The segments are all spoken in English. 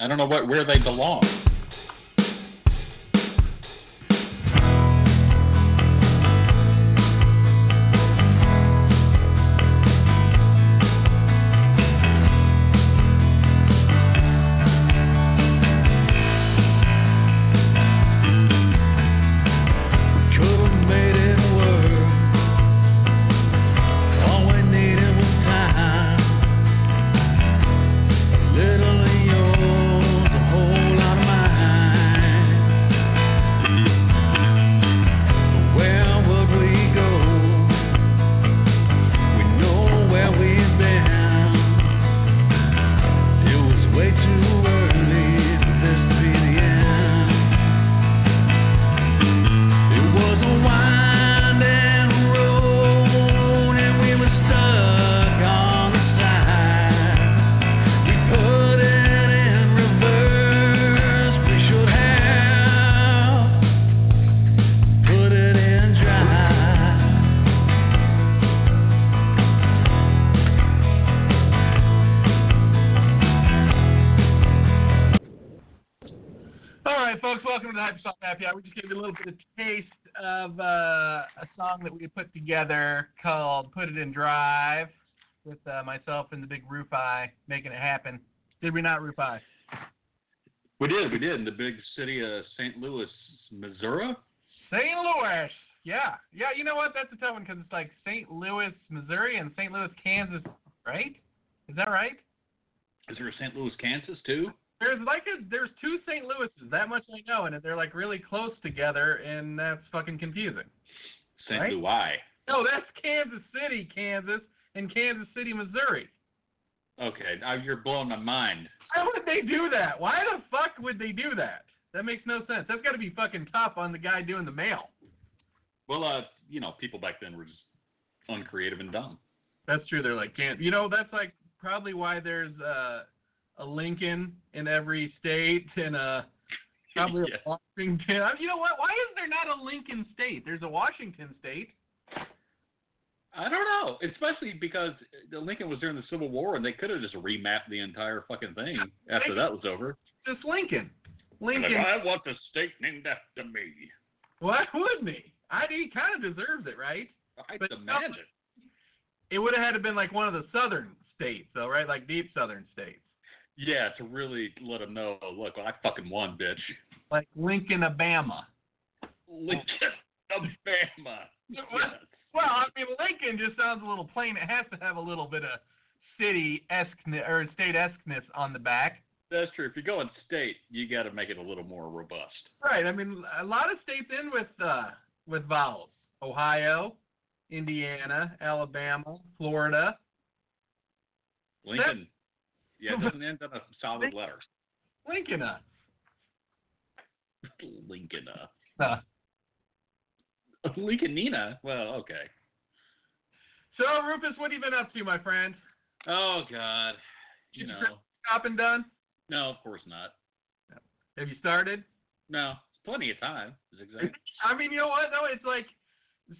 I don't know what where they belong. Could've made it work. All we needed was time. A little of yours, a whole lot of mine. Where would we go? We know where we've been. It was way too early for this to be the end. It was a winding road, and we were stuck on the side. We put it in reverse. We should have put it in All right, folks, welcome to the Hyper Song Happy Hour. We just gave you a little bit of taste of uh, a song that we put together called "Put It in Drive" with uh, myself and the big Rufai making it happen. Did we not, Rufai? We did, we did in the big city of St. Louis, Missouri. St. Louis. Yeah, yeah. You know what? That's a tough one because it's like St. Louis, Missouri, and St. Louis, Kansas. Right? Is that right? Is there a St. Louis, Kansas too? There's like a there's two St. Louises. That much I know, and they're like really close together, and that's fucking confusing. St. Right. Louis. No, that's Kansas City, Kansas, and Kansas City, Missouri. Okay, now you're blowing my mind. Why would they do that? Why the fuck would they do that? That makes no sense. That's got to be fucking tough on the guy doing the mail. Well, uh, you know, people back then were just uncreative and dumb. That's true. They're like, can't you know? That's like probably why there's uh, a Lincoln in every state and a probably Yeah. a Washington. I mean, you know what? Why is there not a Lincoln state? There's a Washington state. I don't know, especially because the Lincoln was during the Civil War, and they could have just remapped the entire fucking thing after that was over. Just Lincoln. Like, Lincoln. I want the state named after me. Why wouldn't he? I he kind of deserves it, right? I But- imagine. It would have had to been like one of the southern states, though, right? Like deep southern states. Yeah, to really let them know, look, I fucking won, bitch. like Lincoln, Obama. Lincoln, Alabama. Yes. Well, I mean, Lincoln just sounds a little plain. It has to have a little bit of city esque or state esqueness on the back. That's true. If you're going state, you got to make it a little more robust. Right. I mean, a lot of states end with uh, with vowels: Ohio, Indiana, Alabama, Florida. Lincoln, yeah, it doesn't end on a solid letter. Lincoln. Uh, Lincoln, uh, uh. Lincolnina. Well, okay. So, Rufus, what have you been up to, my friend? Oh God, you Did you know, crack- Up and done? no, of course not. Have you started? No, plenty of time. Is exactly. I mean, you know what? No, it's like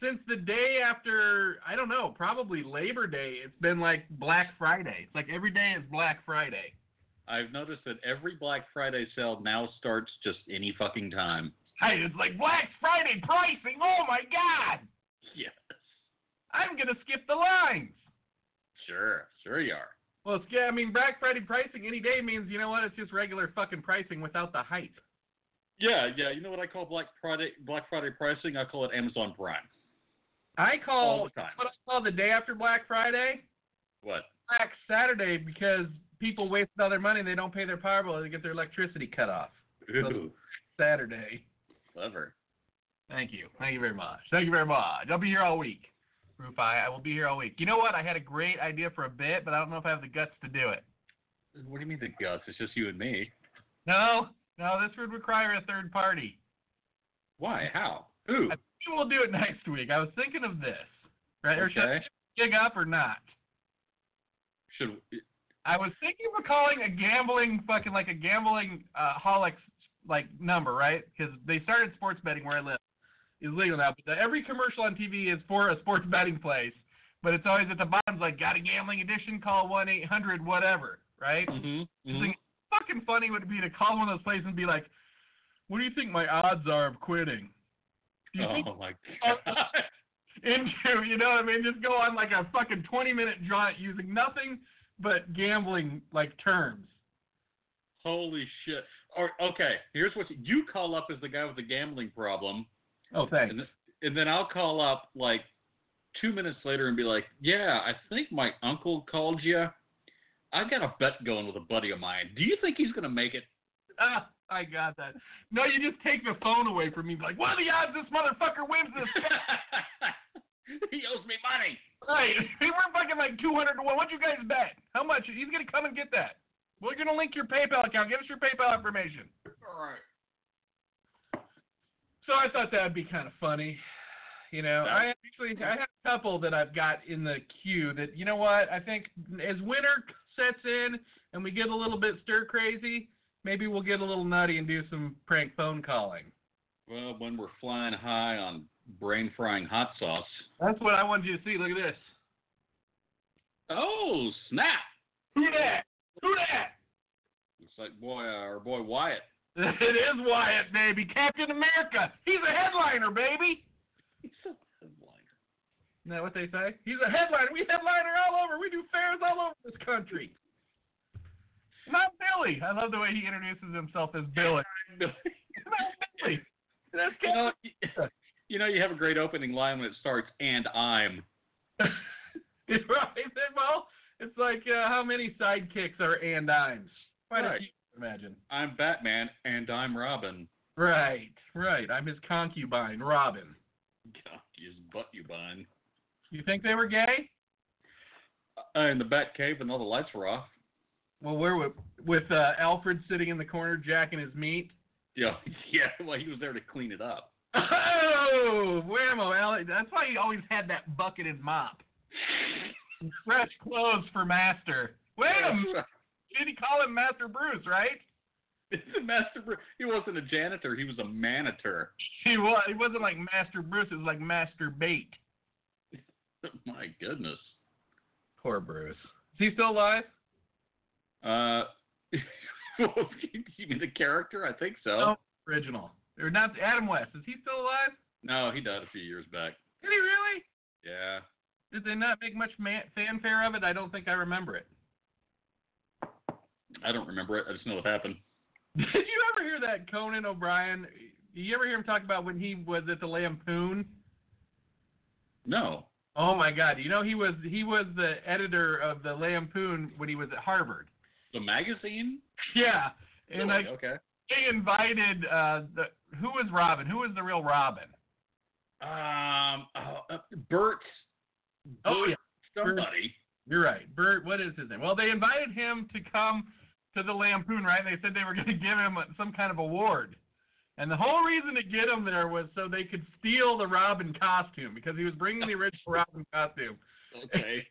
since the day after I don't know, probably Labor Day, it's been like Black Friday. It's like every day is Black Friday. I've noticed that every Black Friday sale now starts just any fucking time. Hey, it's like Black Friday pricing. Oh my God! Yes, I'm gonna skip the lines. sure, sure you are. Well, it's, yeah, I mean Black Friday pricing any day means you know what? It's just regular fucking pricing without the hype. Yeah, yeah. You know what I call Black Friday Black Friday pricing? I call it Amazon Prime I all call the time. what I call the day after Black Friday What? Black Saturday because people waste all their money. They don't pay their power bill. They get their electricity cut off. Ooh, Saturday. clever. Thank you. Thank you very much. Thank you very much. I'll be here all week. Rufai, I will be here all week. You know what? I had a great idea for a bit, but I don't know if I have the guts to do it. What do you mean the Gus? It's just you and me. No, no, this would require a third party. Why? How? Who? I think we'll do it next week. I was thinking of this, right? Or should I Okay. gig up or not? Should I was thinking of calling a gambling fucking like a gambling uh, holics like number, right? Because they started sports betting where I live is legal now, but every commercial on TV is for a sports betting place, but it's always at the bottom it's like got a gambling addiction, call one eight hundred whatever, right? mm-hmm. Using fucking funny would it be to call one of those places and be like, "What do you think my odds are of quitting?" Do you think Oh my god. into, you know what I mean? Just go on like a fucking 20 minute jaunt using nothing but gambling like terms. Holy shit. Or okay, here's what you, you call up as the guy with the gambling problem, Oh, thanks. and, th- and then I'll call up like two minutes later and be like, "Yeah, I think my uncle called you. I got a bet going with a buddy of mine. Do you think he's gonna make it?" Ah, I got that. No, you just take the phone away from me. Like, what are the odds this motherfucker wins this? he owes me money. right. Hey, we're fucking like 200 to 1. What'd you guys bet? How much? He's going to come and get that. We're going to link your PayPal account. Give us your PayPal information. All right. So I thought that'd be kind of funny. You know, That- I actually I have a couple that I've got in the queue that you know what I think as winter sets in and we get a little bit stir crazy, maybe we'll get a little nutty and do some prank phone calling. Well, when we're flying high on brain frying hot sauce. That's what I wanted you to see. Look at this. Oh snap! Who that? Who that? It's like boy, uh, our boy Wyatt. It is Wyatt, baby. Captain America. He's a headliner, baby. He's so headliner. Isn't that what they say? He's a headliner. We headliner all over. We do fairs all over this country. Not Billy. I love the way he introduces himself as Billy. Not Billy. That's you, know, Captain. you- you know, you have a great opening line when it starts, and I'm. right. Well, it's like uh, how many sidekicks are and dimes? Quite a Right. few, I imagine. I'm Batman, and I'm Robin. Right. Right. I'm his concubine, Robin. God, you just butt you bun. You think they were gay? Uh, in the Bat Cave, and all the lights were off. Well, we're with, with uh, Alfred sitting in the corner jacking his meat. Yeah, yeah. Well, he was there to clean it up. Oh, whammo, Alec. That's why he always had that bucketed mop. Fresh clothes for Master. Wait a minute. Did he call him Master Bruce, right? It's a master. br- He wasn't a janitor. He was a manitor. He was. He wasn't like Master Bruce. It was like Master Bait. My goodness. Poor Bruce. Is he still alive? Uh, you mean the character? I think so. No. Original. Or not Adam West. Is he still alive? No, he died a few years back. Did he really? Yeah. Did they not make much man- fanfare of it? I don't think I remember it. I don't remember it. I just know what happened. Did you ever hear that Conan O'Brien? You ever hear him talk about when he was at the Lampoon? No. Oh my God! You know he was he was the editor of the Lampoon when he was at Harvard. The magazine? Yeah, and Really? like okay. they invited uh, the who was Robin? Who was the real Robin? Um, oh, uh, Bert. Oh, Bert yeah. Somebody. You're right, Bert. What is his name? Well, they invited him to come to the Lampoon, right? And they said they were going to give him some kind of award, and the whole reason to get him there was so they could steal the Robin costume because he was bringing the original Robin costume. Okay.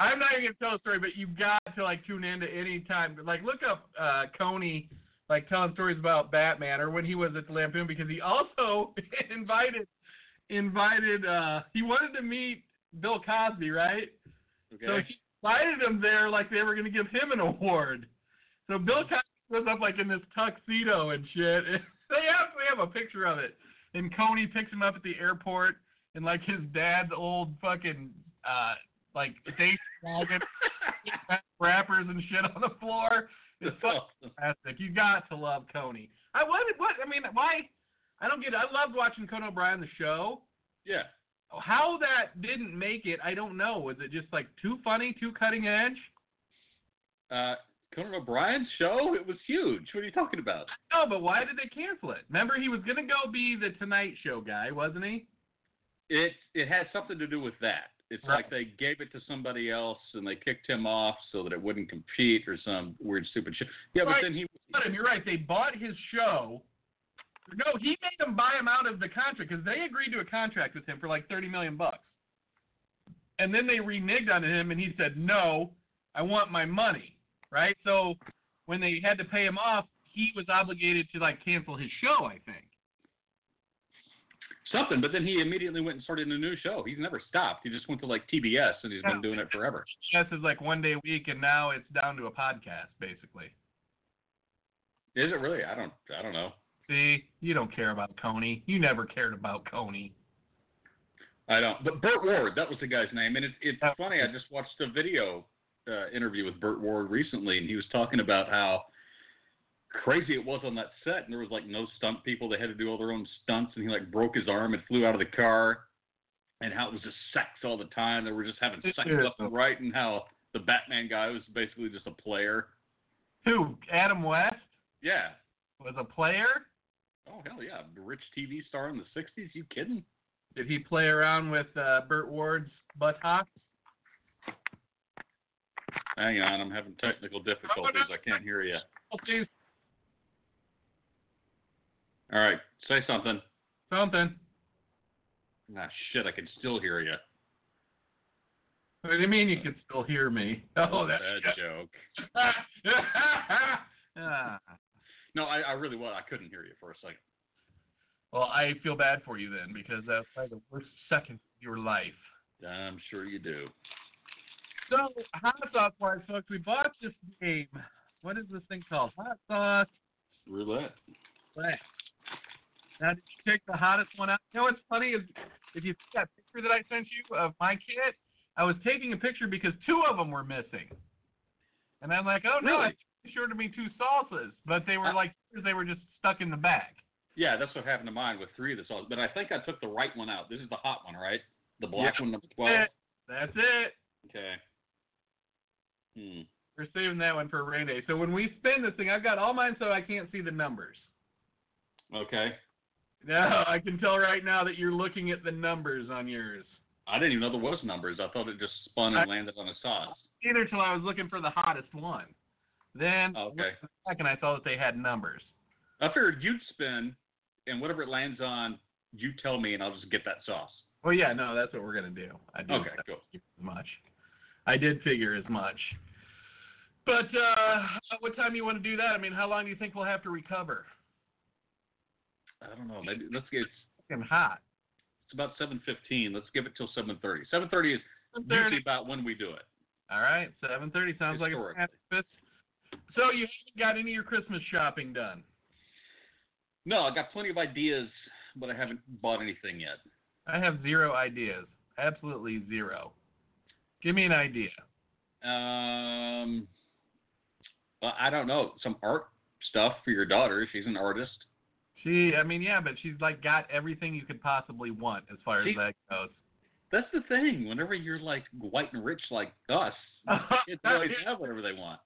I'm not even gonna tell a story, but you've got to like tune into any time. Like look up uh Coney like telling stories about Batman or when he was at the Lampoon because he also invited invited uh he wanted to meet Bill Cosby, right? So Okay. he invited him there like they were gonna give him an award. So Bill Cosby was up like in this tuxedo and shit. they actually have a picture of it. And Coney picks him up at the airport and like his dad's old fucking uh like station wagon wrappers and shit on the floor. It's That's fucking awesome. fantastic. You got to love Coney. I what what I mean why I don't get it. I loved watching Conan O'Brien the show. Yeah. How that didn't make it, I don't know. Was it just like too funny, too cutting edge? Uh, Conan O'Brien's show? It was huge. What are you talking about? No, but why did they cancel it? Remember he was gonna go be the Tonight Show guy, wasn't he? It it had something to do with that. It's Right. like they gave it to somebody else and they kicked him off so that it wouldn't compete or some weird stupid shit. Yeah, Right. but then he But him, you're right. They bought his show. No, he made them buy him out of the contract because they agreed to a contract with him for like thirty million bucks. And then they reneged on him, and he said, "No, I want my money." Right. So when they had to pay him off, he was obligated to like cancel his show. I think. something, but then he immediately went and started a new show. He's never stopped. He just went to like TBS and he's Yeah. been doing it forever. Chess is like one day a week, and now it's down to a podcast basically. Is it really? I don't. I don't know. See, you don't care about Coney. You never cared about Coney. I don't. But Burt Ward, that was the guy's name, and it's it's Oh. funny. I just watched a video uh, interview with Burt Ward recently, and he was talking about how crazy it was on that set, and there was like no stunt people. They had to do all their own stunts, and he like broke his arm and flew out of the car, and how it was just sex all the time. They were just having sex Yeah. left and right, and how the Batman guy was basically just a player. Who? Adam West Yeah. was a player. Oh hell yeah, rich TV star in the '60s. You kidding? Did he play around with uh, Burt Ward's buttocks? Hang on, I'm having technical difficulties. I can't hear you. Oh, geez, All right, say something. Something. Ah, shit, I can still hear you. What do you mean you can still hear me? Oh, that's bad joke. Ah. No, I, I really was. I couldn't hear you for a second. well, I feel bad for you then because that's probably the worst second of your life. I'm sure you do. So, hot sauce wise, folks, we bought this game. What is this thing called? Hot sauce Roulette. Black. Now, did you take the hottest one out? You know what's funny is if you see that picture that I sent you of my kit, I was taking a picture because two of them were missing. And I'm like, oh no, Really? I sure to be two salsas, but they were Uh, like they were just stuck in the back. Yeah, that's what happened to mine with three of the sauces. But I think I took the right one out. This is the hot one, right? The black one, number 12. Eh, That's it. Okay. Hmm. We're saving that one for a rain day. So when we spin this thing, I've got all mine so I can't see the numbers. Okay. No, I can tell right now that you're looking at the numbers on yours. I didn't even know there was numbers. I thought it just spun and I- landed on a sauce. Either till I was looking for the hottest one. Then Oh, Okay. second I saw that they had numbers. I figured you'd spin, and whatever it lands on, you tell me, and I'll just get that sauce. Well, yeah, no, that's what we're gonna do. I do Okay, expect cool. as much. I did figure as much. But uh, what time do you want to do that? I mean, how long do you think we'll have to recover? I don't know. Maybe let's get. I'm hot. It's about 7:15. Let's give it till 7:30. 7:30 is usually 7:30. about when we do it. All right, seven thirty sounds like a Historically. plan, Fitz. So you haven't got any of your Christmas shopping done. No, I got plenty of ideas, but I haven't bought anything yet. I have zero ideas. Absolutely zero. Give me an idea. Um, well, I don't know. Some art stuff for your daughter. She's an artist. She, I mean, yeah, but she's like got everything you could possibly want as far She- as that goes. That's the thing. Whenever you're like white and rich like us, kids always have whatever they want.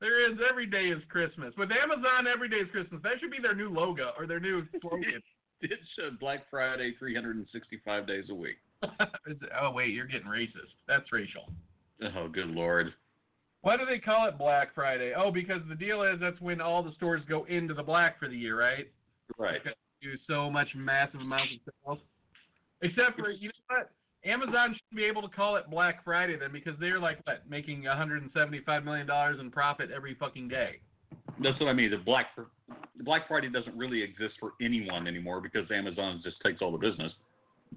there is every day is Christmas. With Amazon, every day is Christmas. That should be their new logo or their new slogan. It showed uh, Black Friday 365 days a week. Is- oh wait, you're getting racist. That's racial. Oh, good lord. Why do they call it Black Friday? Oh, because the deal is that's when all the stores go into the black for the year, right? Right. Because they do so much massive amounts of sales. Except for you know what? Amazon should be able to call it Black Friday then because they're like what making 175 million dollars in profit every fucking day. That's what I mean. The Black Fr- Black Friday doesn't really exist for anyone anymore because Amazon just takes all the business.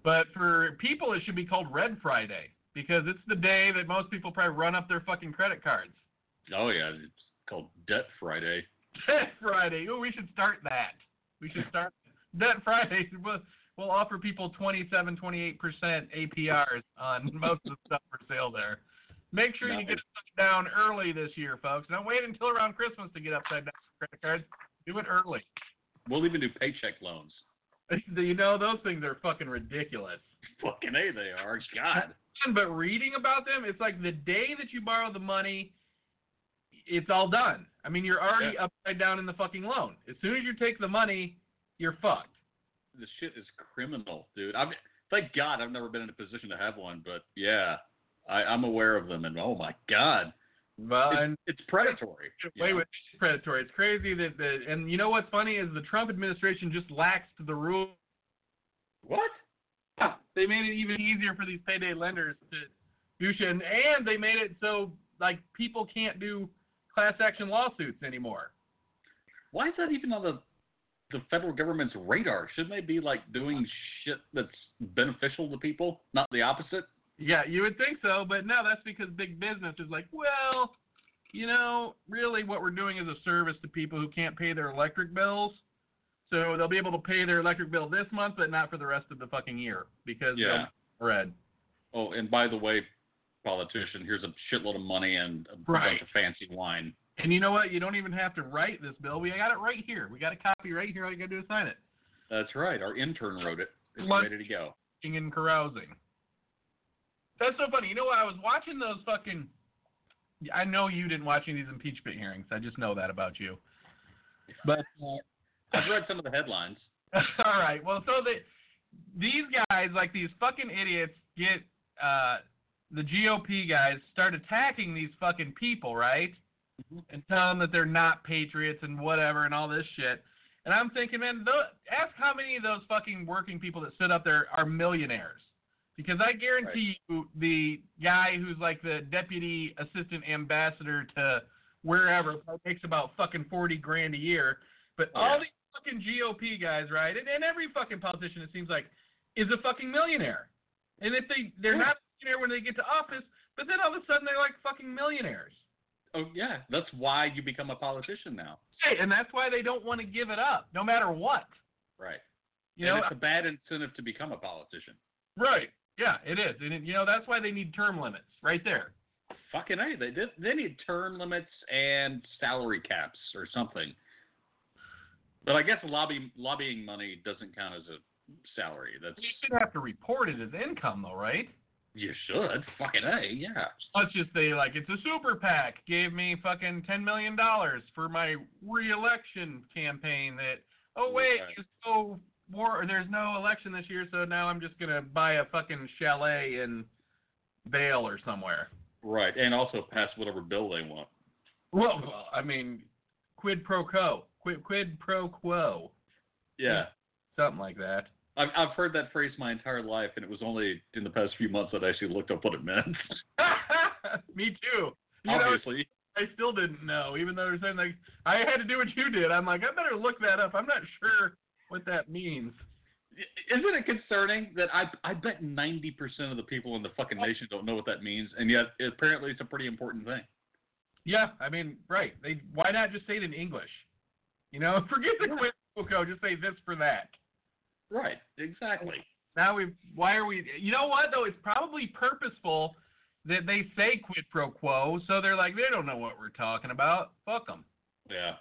But for people, it should be called Red Friday because it's the day that most people probably run up their fucking credit cards. Oh yeah, it's called Debt Friday. Debt Friday. Oh, we should start that. We should start Debt Friday. We'll, we'll offer people 27, 28% APRs on most of the stuff for sale there. Make sure you Nice. get upside down early this year, folks. Don't wait until around Christmas to get upside down credit cards. Do it early. We'll even do paycheck loans. You know, those things are fucking ridiculous. Fucking a, they are. God. done, but reading about them, it's like the day that you borrow the money, it's all done. I mean, you're already upside down in the fucking loan. As soon as you take the money, you're fucked. This shit is criminal, dude. I'm thank God I've never been in a position to have one, but yeah, I, I'm aware of them, and oh my God, But it's, it's predatory. get you away know? with predatory. It's crazy that the and you know what's funny is the Trump administration just laxed the rule. What? They made it even easier for these payday lenders to do shit, and, and they made it so like people can't do class action lawsuits anymore. Why is that even on the the federal government's radar? Shouldn't they be like doing shit that's beneficial to people, not the opposite? Yeah, you would think so, but no, that's because big business is like, well, you know, really what we're doing is a service to people who can't pay their electric bills. So they'll be able to pay their electric bill this month, but not for the rest of the fucking year because Yeah. they'll red. Oh, and by the way, politician, here's a shitload of money and a Right. bunch of fancy wine. And you know what? You don't even have to write this bill. We got it right here. We got a copy right here. All you got to do is sign it. That's right. Our intern wrote it. It's Lunch. ready to go. drinking and carousing. That's so funny. You know what? I was watching those fucking. I know you didn't watch any of these impeachment hearings. I just know that about you. But uh, I've read some of the headlines. all right. Well, so that these guys, like these fucking idiots, get uh, the GOP guys start attacking these fucking people, right? Mhm. And tell them that they're not patriots and whatever and all this shit. And I'm thinking, man, tho- ask how many of those fucking working people that sit up there are millionaires. Because I guarantee you, the guy who's like the deputy assistant ambassador to wherever probably makes about fucking 40 grand a year. But Oh, all yeah. these fucking GOP guys, right? And, and every fucking politician, it seems like, is a fucking millionaire. And if they they're Yeah. not a millionaire when they get to office, but then all of a sudden they're like fucking millionaires. Oh yeah, that's why you become a politician now, Right, and that's why they don't want to give it up, no matter what. right? You and know, it's a bad incentive to become a politician. right? Yeah, it is, and it, you know that's why they need term limits, right there. Fucking hey, they did, they need term limits and salary caps or something. But I guess lobby lobbying money doesn't count as a salary. That's You should have to report it as income, though, right? you should. Fucking a yeah. Let's just say, like, it's a super PAC gave me fucking ten million dollars for my reelection campaign. That oh wait, Okay. there's no war or there's no election this year, so now I'm just gonna buy a fucking chalet in Vale or somewhere. Right, and also pass whatever bill they want. Well, well, I mean, quid pro quo, quid quid pro quo, Yeah, Mm-hmm. something like that. I've I've heard that phrase my entire life, and it was only in the past few months that I actually looked up what it meant. me too. You know, Obviously, I still didn't know, even though they're saying like I had to do what you did. I'm like, I better look that up. I'm not sure what that means. isn't it concerning that I I bet ninety percent of the people in the fucking Oh. nation don't know what that means, and yet apparently it's a pretty important thing. Yeah, I mean, right. They why not just say it in English? You know, forget the quid pro quo. Just say this for that. Right, exactly. Now we why are we? You know what though? It's probably purposeful that they say quid pro quo, so they're like they don't know what we're talking about. Fuck them. Yeah,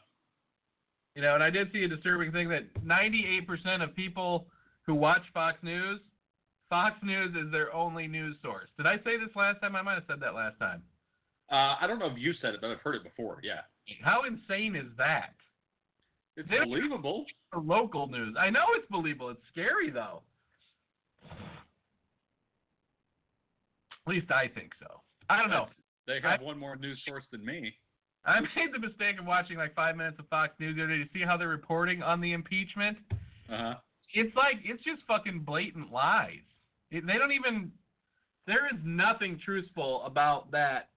You know, and I did see a disturbing thing that 98% of people who watch Fox News, Fox News is their only news source. Did I say this last time? I might have said that last time. uh, I don't know if you said it, but I've heard it before. Yeah, How insane is that? it's Yeah. believable. For local news. I know it's believable. It's scary, though. At least I think so. I don't know. They have one more news source than me. I made the mistake of watching like five minutes of Fox News the other day to see how they're reporting on the impeachment. Uh huh. it's like it's just fucking blatant lies. It, they don't even. There is nothing truthful about that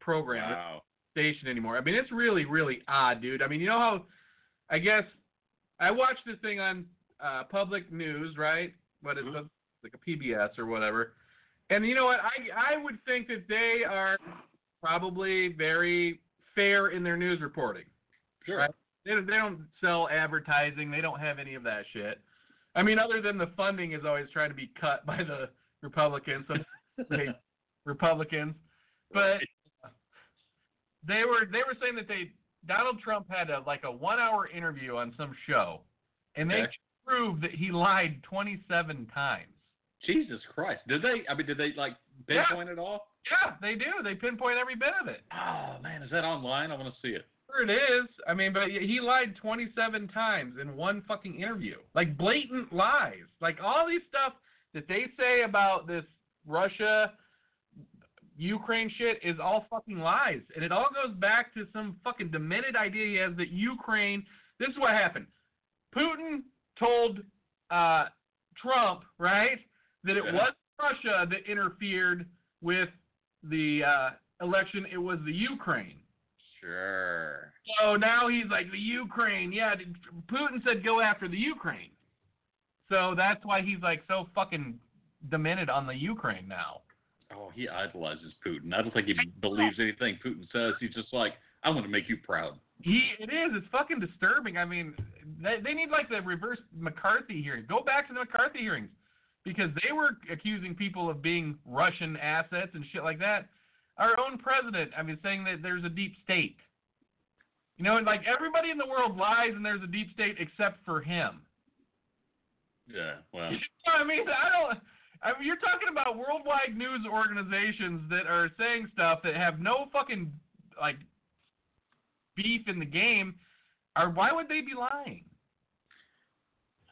program that Wow. station anymore. I mean, it's really, really odd, dude. I mean, you know how? I guess I watched this thing on uh, public news, right? What is Mhm. like a PBS or whatever. And you know what? I I would think that they are probably very fair in their news reporting. Sure. Right. They, don't- they don't sell advertising. They don't have any of that shit. I mean, other than the funding is always trying to be cut by the Republicans, so they, Republicans. But they were they were saying that they Donald Trump had a like a one hour interview on some show, and they Okay. proved that he lied 27 times. Jesus Christ. Did they? I mean, did they like Yeah. pinpoint it all? Yeah, they do. They pinpoint every bit of it. Oh man, is that online? I want to see it. Sure it is. I mean, but he lied 27 times in one fucking interview. Like blatant lies. Like all these stuff that they say about this Russia Ukraine shit is all fucking lies. And it all goes back to some fucking demented idea he has that Ukraine this is what happened. Putin told uh, Trump, right, that it Yeah. was Russia that interfered with the uh, election. It was the Ukraine. Sure. So now he's like the Ukraine. Yeah, did- Putin said go after the Ukraine. So that's why he's like so fucking demented on the Ukraine now. Oh oh, he idolizes Putin. I don't think he believes anything Putin says. He's just like, I want to make you proud. He, it is. It's fucking disturbing. I mean, they, they need like the reverse McCarthy hearing. Go back to the McCarthy hearings because they were accusing people of being Russian assets and shit like that. Our own president, I mean, saying that there's a deep state. You know, and like everybody in the world lies and there's a deep state except for him. Yeah, well, You know what I mean? I don't. I mean, you're talking about worldwide news organizations that are saying stuff that have no fucking like beef in the game. Or why would they be lying?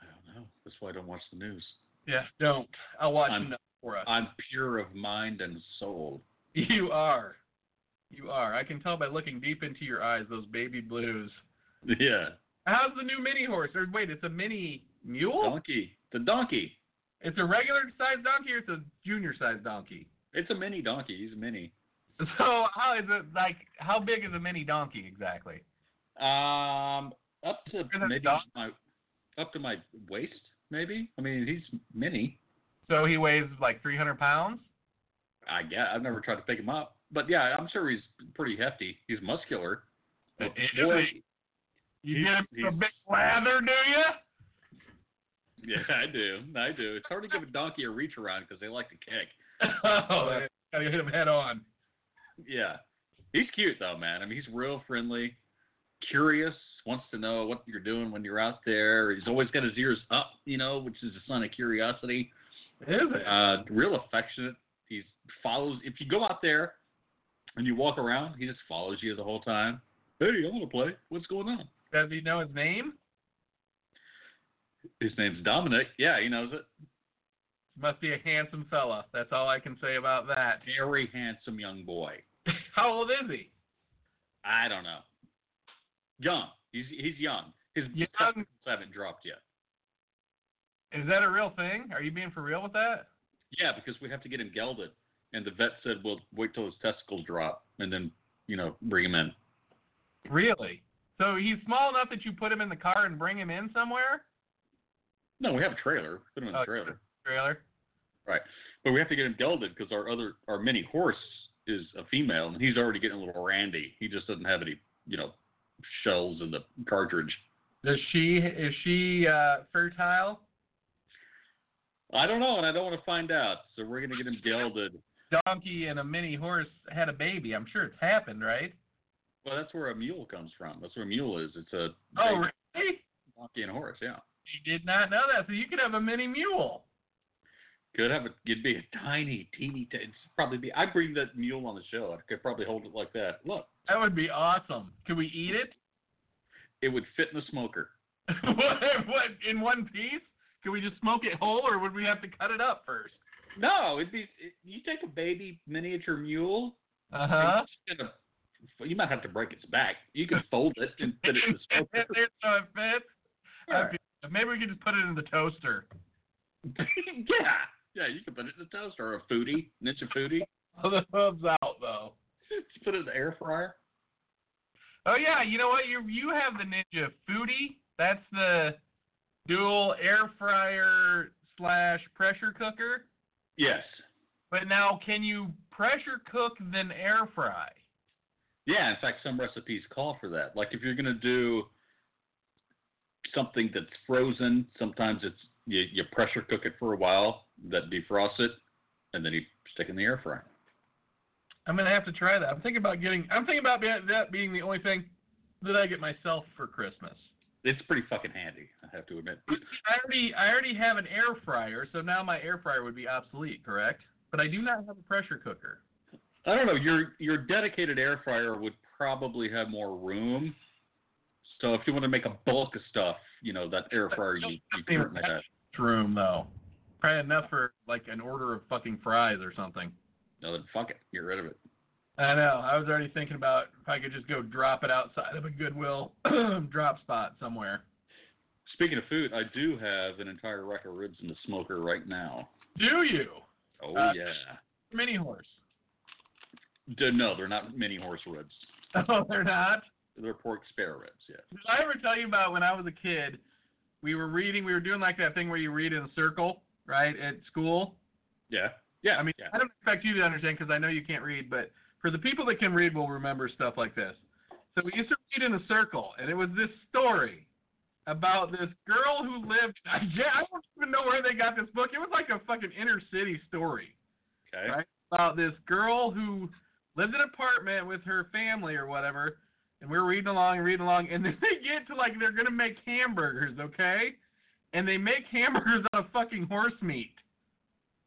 I don't know. That's why I don't watch the news. Yeah, don't. I'll watch I'm- enough for us. I'm pure of mind and soul. you are. You are. I can tell by looking deep into your eyes, those baby blues. Yeah, How's the new mini horse? Or wait, it's a mini mule? donkey, the donkey. It's a regular sized donkey or it's a junior sized donkey? It's a mini donkey. He's a mini. So How is it like? How big is a mini donkey exactly? Um, up to than a maybe donkey? my, up to my waist, maybe. I mean, he's mini. So he weighs like 300 pounds. I guess I've never tried to pick him up, but yeah, I'm sure he's pretty hefty. He's muscular. But Is he? You he's- get him a he's- big lather, do you? Yeah, I do. I do. It's hard to give a donkey a reach around because they like to kick. oh, yeah. gotta hit him head on. Yeah. He's cute though, man. I mean, he's real friendly, curious, wants to know what you're doing when you're out there. He's always got his ears up, you know, which is a sign of curiosity. Is it? Uh, real affectionate. He follows. If you go out there and you walk around, he just follows you the whole time. Hey, I want to play. What's going on? Does he know his name? His name's Dominic. Yeah, he knows it. Must be a handsome fella. That's all I can say about that. Very handsome young boy. How old is he? I don't know. Young. He's he's young. His Young. testicles haven't dropped yet. Is that a real thing? Are you being for real with that? Yeah, because we have to get him gelded. And the vet said, "Well, wait till his testicles drop, and then you know bring him in." Really? So he's small enough that you put him in the car and bring him in somewhere? No, we have a trailer. Put him in the Oh, trailer, Trailer. but we have to get him gelded because our other our mini horse is a female, and he's already getting a little randy. He just doesn't have any you know shells in the cartridge. Does she is she uh, fertile? I don't know, and I don't want to find out. So we're gonna get him gelded. Donkey and a mini horse had a baby. I'm sure it's happened, right? Well, that's where a mule comes from. That's what a mule is. It's a Oh, big really? donkey and horse. Yeah, She did not know that. So you could have a mini mule. could have a it'd be a tiny, teeny. T- it's probably be. I bring that mule on the show. I could probably hold it like that. Look. That would be awesome. Could we eat it? it would fit in the smoker. what, what in one piece? Could we just smoke it whole, or would we have to cut it up first? No, it'd be it, you take a baby miniature mule. Uh and you just kinda- You might have to break its back. You can fold it and put it in the smoker. There's no fits. Sure. Maybe we could just put it in the toaster. yeah, yeah, you can put it in the toaster or a foodie, ninja foodie. Oh, the hub's out though. Just put it in the air fryer. Oh yeah, you know what? You you have the Ninja Foodie. That's the dual air fryer slash pressure cooker. Yes. But now, can you pressure cook then air fry? Yeah, in fact, some recipes call for that. Like if you're gonna do something that's frozen, sometimes it's you, you pressure cook it for a while, that defrost it, and then you stick it in the air fryer. I'm gonna have to try that. I'm thinking about getting. I'm thinking about be- that being the only thing that I get myself for Christmas. It's pretty fucking handy, I have to admit. I already, I already have an air fryer, so now my air fryer would be obsolete, correct? But I do not have a pressure cooker. I don't know, your your dedicated air fryer would probably have more room. So if you want to make a bulk of stuff, you know, that air fryer you, you currently have. Room though, probably enough for like an order of fucking fries or something. No, then fuck it. Get rid of it. I know. I was already thinking about if I could just go drop it outside of a Goodwill drop spot somewhere. Speaking of food, I do have an entire rack of ribs in the smoker right now. Do you? Oh Uh, yeah. Mini horse. D- No, they're not mini horse ribs. Oh, they're not. They're pork spare ribs, yeah. Did I ever tell you about when I was a kid? We were reading. We were doing like that thing where you read in a circle, right, at school. Yeah. Yeah, I mean, yeah. I don't expect you to understand because I know you can't read, but for the people that can read, will remember stuff like this. So we used to read in a circle, and it was this story about this girl who lived. I, I don't even know where they got this book. It was like a fucking inner city story Okay. Right. about this girl who lived in an apartment with her family or whatever. And we were reading along, reading along, and then they get to like they're gonna make hamburgers, okay? And they make hamburgers out of fucking horse meat.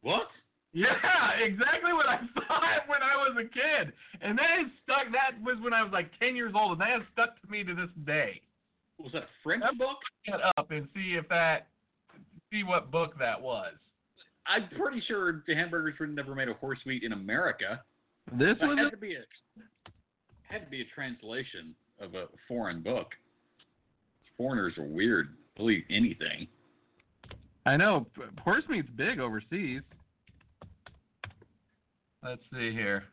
What? Yeah, exactly what I thought when I was a kid. And that is stuck. That was when I was like 10 years old, and that has stuck to me to this day. Was that a French book? Get up and see if that, see what book that was. I'm pretty sure the hamburgers were never made of horse meat in America. This That had to be a had to be a translation of a foreign book. Foreigners are weird. Believe anything. I know p- horse meat's big overseas. Let's see here.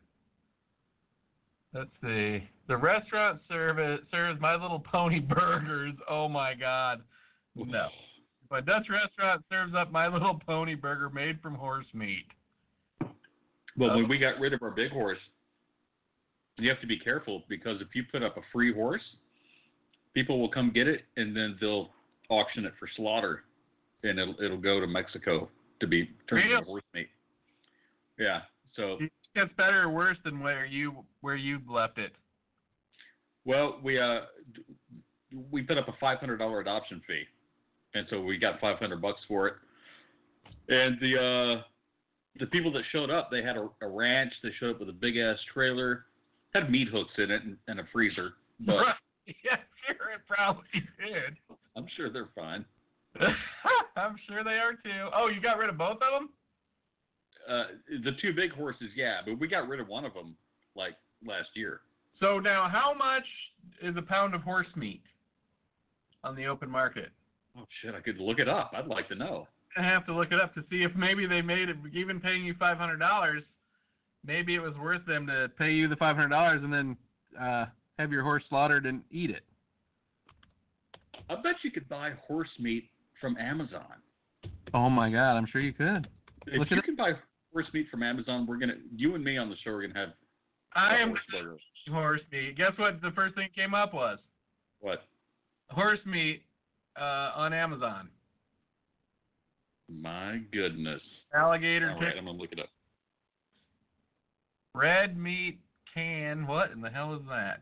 Let's see. The restaurant service serves My Little Pony burgers. Oh my God. No. But Dutch restaurant serves up My Little Pony burger made from horse meat. Well, when we got rid of our big horse, you have to be careful because if you put up a free horse, people will come get it and then they'll auction it for slaughter, and it'll it'll go to Mexico to be turned Really? into horse meat. Yeah. So Do you think that's better or worse than where you where you left it? Well, we uh d- we put up a five hundred dollar adoption fee, and so we got five hundred bucks for it. And the uh the people that showed up, they had a, a ranch. They showed up with a big ass trailer, had meat hooks in it and, and a freezer. But Right. Yeah, sure, it probably did. I'm sure they're fine. I'm sure they are too. Oh, you got rid of both of them? Uh, the two big horses, yeah, but we got rid of one of them like last year. So now, how much is a pound of horse meat on the open market? Oh shit, I could look it up. I'd like to know. I have to look it up to see if maybe they made it. Even paying you five hundred dollars, maybe it was worth them to pay you the five hundred dollars and then uh, have your horse slaughtered and eat it. I bet you could buy horse meat from Amazon. Oh my God, I'm sure you could. If Look it you up. can buy horse meat from Amazon, we're gonna you and me on the show are gonna have I a am horse burger. horse meat. Guess what? The first thing that came up was What? horse meat uh, on Amazon. My goodness. Alligator All right, I'm gonna look it up. Red meat can. What in the hell is that?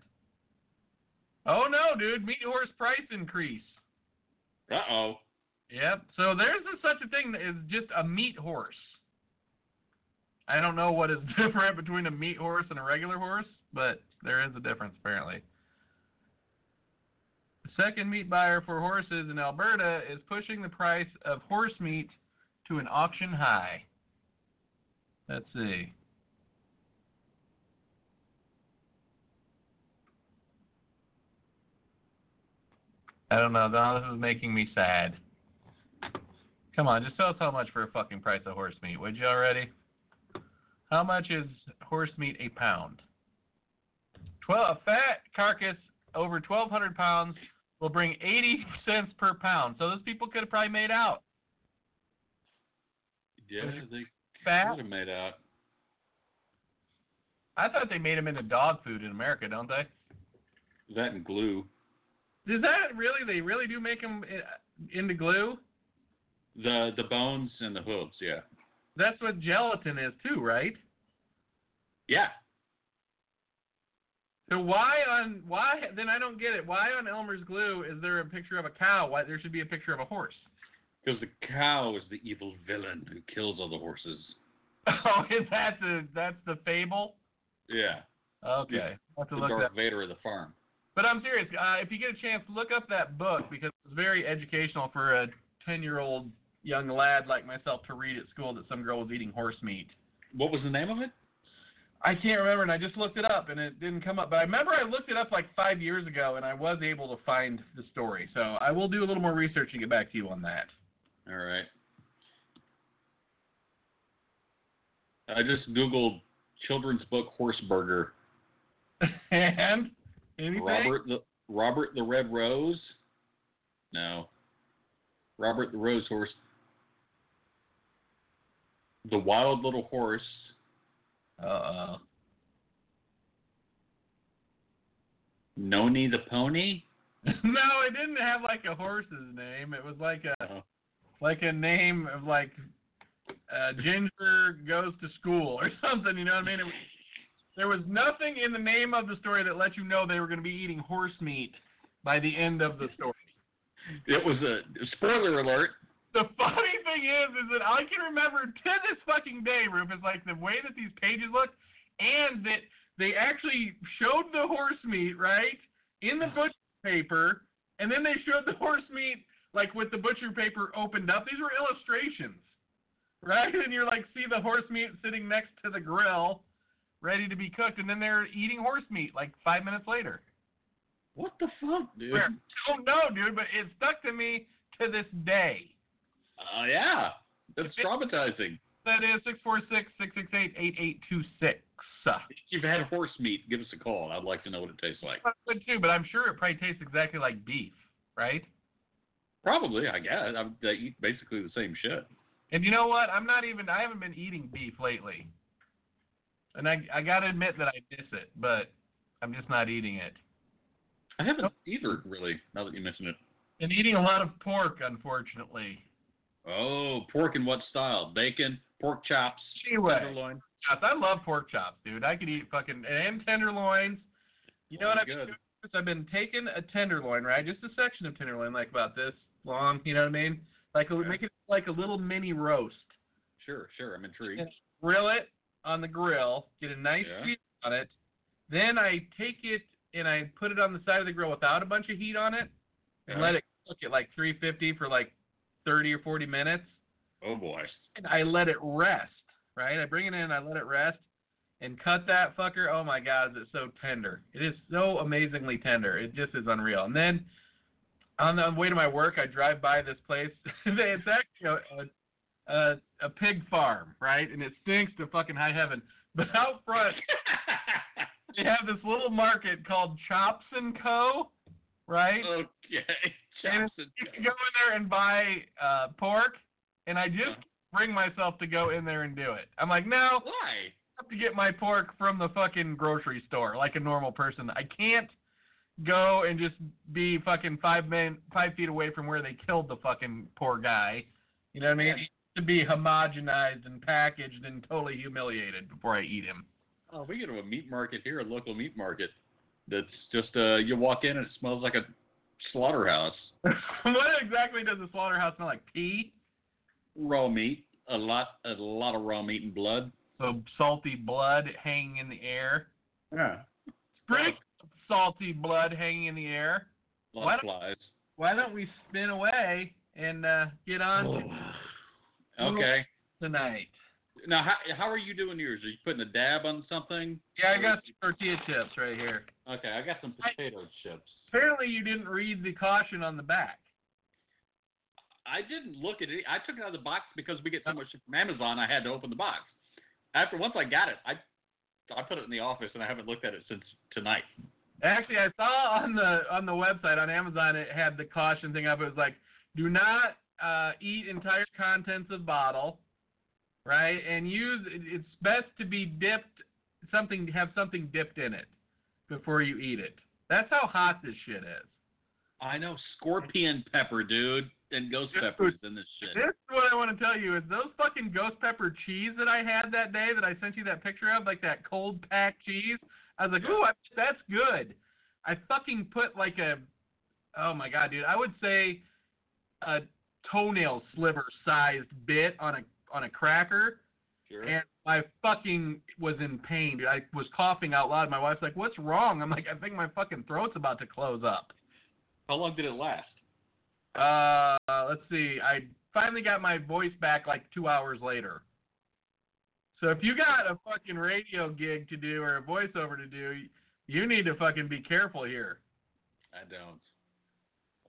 Oh no, dude! Meat horse price increase. Uh oh. Yep. So there's a, such a thing as just a meat horse. I don't know what is different between a meat horse and a regular horse, but there is a difference apparently. The second meat buyer for horses in Alberta is pushing the price of horse meat to an auction high. Let's see. I don't know. Now this is making me sad. Come on, just tell us how much for a fucking price of horse meat, would you already? How much is horse meat a pound? Twelve a fat carcass over twelve hundred pounds will bring eighty cents per pound. So those people could have probably made out. Yeah, they Fat. could have made out. I thought they made them into dog food in America, don't they? That and glue. Is that really? They really do make them into glue? The the bones and the hooves, yeah. That's what gelatin is too, right? Yeah. So why on why then I don't get it. Why on Elmer's glue is there a picture of a cow? Why there should be a picture of a horse? Because the cow is the evil villain who kills all the horses. Oh, is that the that's the fable? Yeah. Okay, Yeah. I'll have to The look that. Darth Vader of the farm. But I'm serious. Uh, if you get a chance, look up that book because it's very educational for a ten-year-old young lad like myself to read at school that some girl was eating horse meat. What was the name of it? I can't remember, and I just looked it up, and it didn't come up. But I remember I looked it up like five years ago, and I was able to find the story. So I will do a little more research and get back to you on that. All right. I just Googled children's book horse burger. and anything? Robert the Robert the Red Rose? No. Robert the Rose Horse. The Wild Little Horse, Uh-oh. Noni the Pony. no, it didn't have like a horse's name. It was like a Oh. like a name of like uh, Ginger goes to school or something. You know what I mean? It, was- there was nothing in the name of the story that let you know they were going to be eating horse meat by the end of the story. It was a spoiler alert. The funny thing is, is that I can remember to this fucking day, Rufus, like the way that these pages look, and that they actually showed the horse meat right in the butcher paper, and then they showed the horse meat like with the butcher paper opened up. These were illustrations, right? And you're like, see the horse meat sitting next to the grill, ready to be cooked, and then they're eating horse meat like five minutes later. What the fuck, dude? Where? Oh no, dude! But it stuck to me to this day. Uh, yeah, that's traumatizing. That is six four six six six eight eight eight two six. If you've had horse meat, give us a call. I'd like to know what it tastes like. Good too, but I'm sure it probably tastes exactly like beef, right? Probably, I guess. I, they eat basically the same shit. And you know what? I'm not even. I haven't been eating beef lately, and I I gotta admit that I miss it, but I'm just not eating it. I haven't either, really. Now that you mention it. And eating a lot of pork, unfortunately. Oh, pork in what style? Bacon, pork chops, Anyway, tenderloin. chops. I love pork chops, dude. I could eat fucking and tenderloins. You know what I've Sounds been good. doing? is I've been taking a tenderloin, right? Just a section of tenderloin, like about this long. You know what I mean? Like Okay. make it like a little mini roast. Sure, sure. I'm intrigued. Yeah. Grill it on the grill. Get a nice Yeah. heat on it. Then I take it and I put it on the side of the grill without a bunch of heat on it, Yeah. and let it cook at like 350 for like 30 or 40 minutes. Oh boy. And I let it rest. Right? I bring it in. I let it rest. And cut that fucker. Oh my God, is it so tender? It is so amazingly tender. It just is unreal. And then on the way to my work, I drive by this place. it's actually a, a, a, a pig farm, right? And it stinks to fucking high heaven. But out front, they have this little market called Chops and Co. Right? Oh. okay. And Chops and You can go in there and buy uh, pork, and I just bring myself to go in there and do it. I'm like, no, why? have to get my pork from the fucking grocery store like a normal person. I can't go and just be fucking five men five feet away from where they killed the fucking poor guy. You know what I mean? Yeah. It needs To be homogenized and packaged and totally humiliated before I eat him. Oh, we go to a meat market here, a local meat market. That's just uh, you walk in and it smells like a slaughterhouse. what exactly does a slaughterhouse smell like? Pee? Raw meat, a lot, a lot of raw meat and blood. So salty blood hanging in the air. Yeah. Pretty salty blood hanging in the air. A lot Why of don't- flies. Why don't we spin away and uh, get on to okay. tonight? Now, how, how are you doing yours? Are you putting a dab on something? Yeah, I got some tortilla chips right here. Okay, I got some potato chips. Apparently, you didn't read the caution on the back. I didn't look at it. I took it out of the box because we get so much shit from Amazon. I had to open the box. After once I got it, I I put it in the office and I haven't looked at it since tonight. Actually, I saw on the on the website on Amazon it had the caution thing up. It was like, do not uh, eat entire contents of bottle, right? And use it- it's best to be dipped something have something dipped in it before you eat it. That's how hot this shit is. I know scorpion pepper, dude, and ghost peppers in this shit. This is what I want to tell you is those fucking ghost pepper cheese that I had that day that I sent you that picture of, like that cold pack cheese. I was like, ooh, I, that's good. I fucking put like a, oh my god, dude, I would say a toenail sliver sized bit on a on a cracker, Sure. and I fucking was in pain, dude. I was coughing out loud. My wife's like, what's wrong? I'm like, I think my fucking throat's about to close up. How long did it last? Uh, let's see. I finally got my voice back like two hours later. So if you got a fucking radio gig to do or a voiceover to do, you need to fucking be careful here. I don't.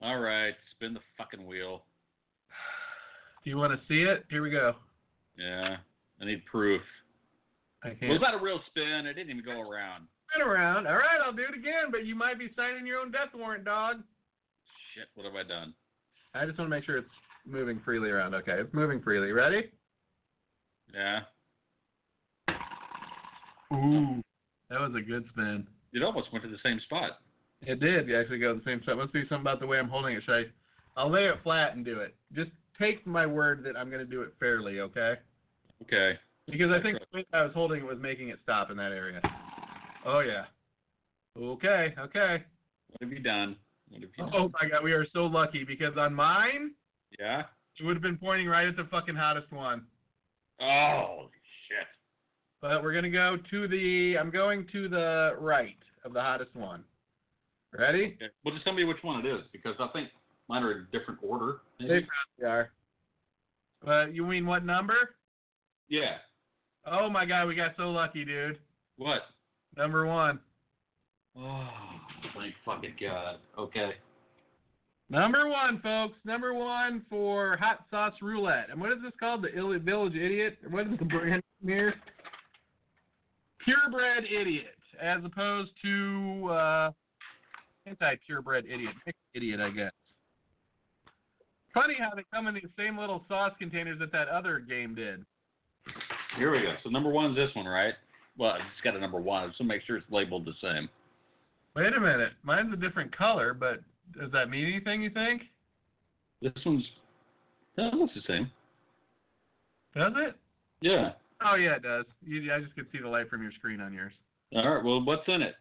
All right, spin the fucking wheel. Do you want to see it? Here we go. Yeah, I need proof. I It was can't. that a real spin? It didn't even go around. Turn around. All right, I'll do it again, but you might be signing your own death warrant, dog. Shit, what have I done? I just want to make sure it's moving freely around. Okay, it's moving freely. Ready? Yeah. Ooh, that was a good spin. It almost went to the same spot. It did actually go to the same spot. Must be something about the way I'm holding it. Should I? I'll lay it flat and do it. Just take my word that I'm going to do it fairly, okay? Okay. Because I think the way I was holding it was making it stop in that area. Oh yeah. Okay, okay. What have you done? What have you done? Oh my god, we are so lucky because on mine Yeah. it would have been pointing right at the fucking hottest one. Oh shit. But we're gonna go to the. I'm going to the right of the hottest one. Ready? Okay. Well, just tell me which one it is because I think mine are in different order. They maybe. probably are. But you mean what number? Yeah. Oh my god, we got so lucky, dude. What? Number one. Oh, thank fucking god. Okay. Number one, folks. Number one for hot sauce roulette. And what is this called? The Ill- Village Idiot? Or What is the brand name here? Purebred Idiot, as opposed to uh, anti-purebred idiot, mixed idiot, I guess. Funny how they come in these same little sauce containers that that other game did. Here we go. So number one's this one, right? Well, it's got a number one. Just to make sure it's labeled the same. Wait a minute, mine's a different color, but does that mean anything? You think? This one's that looks the same. Does it? Yeah. Oh yeah, it does. You, I just could see the light from your screen on yours. All right. Well, what's in it?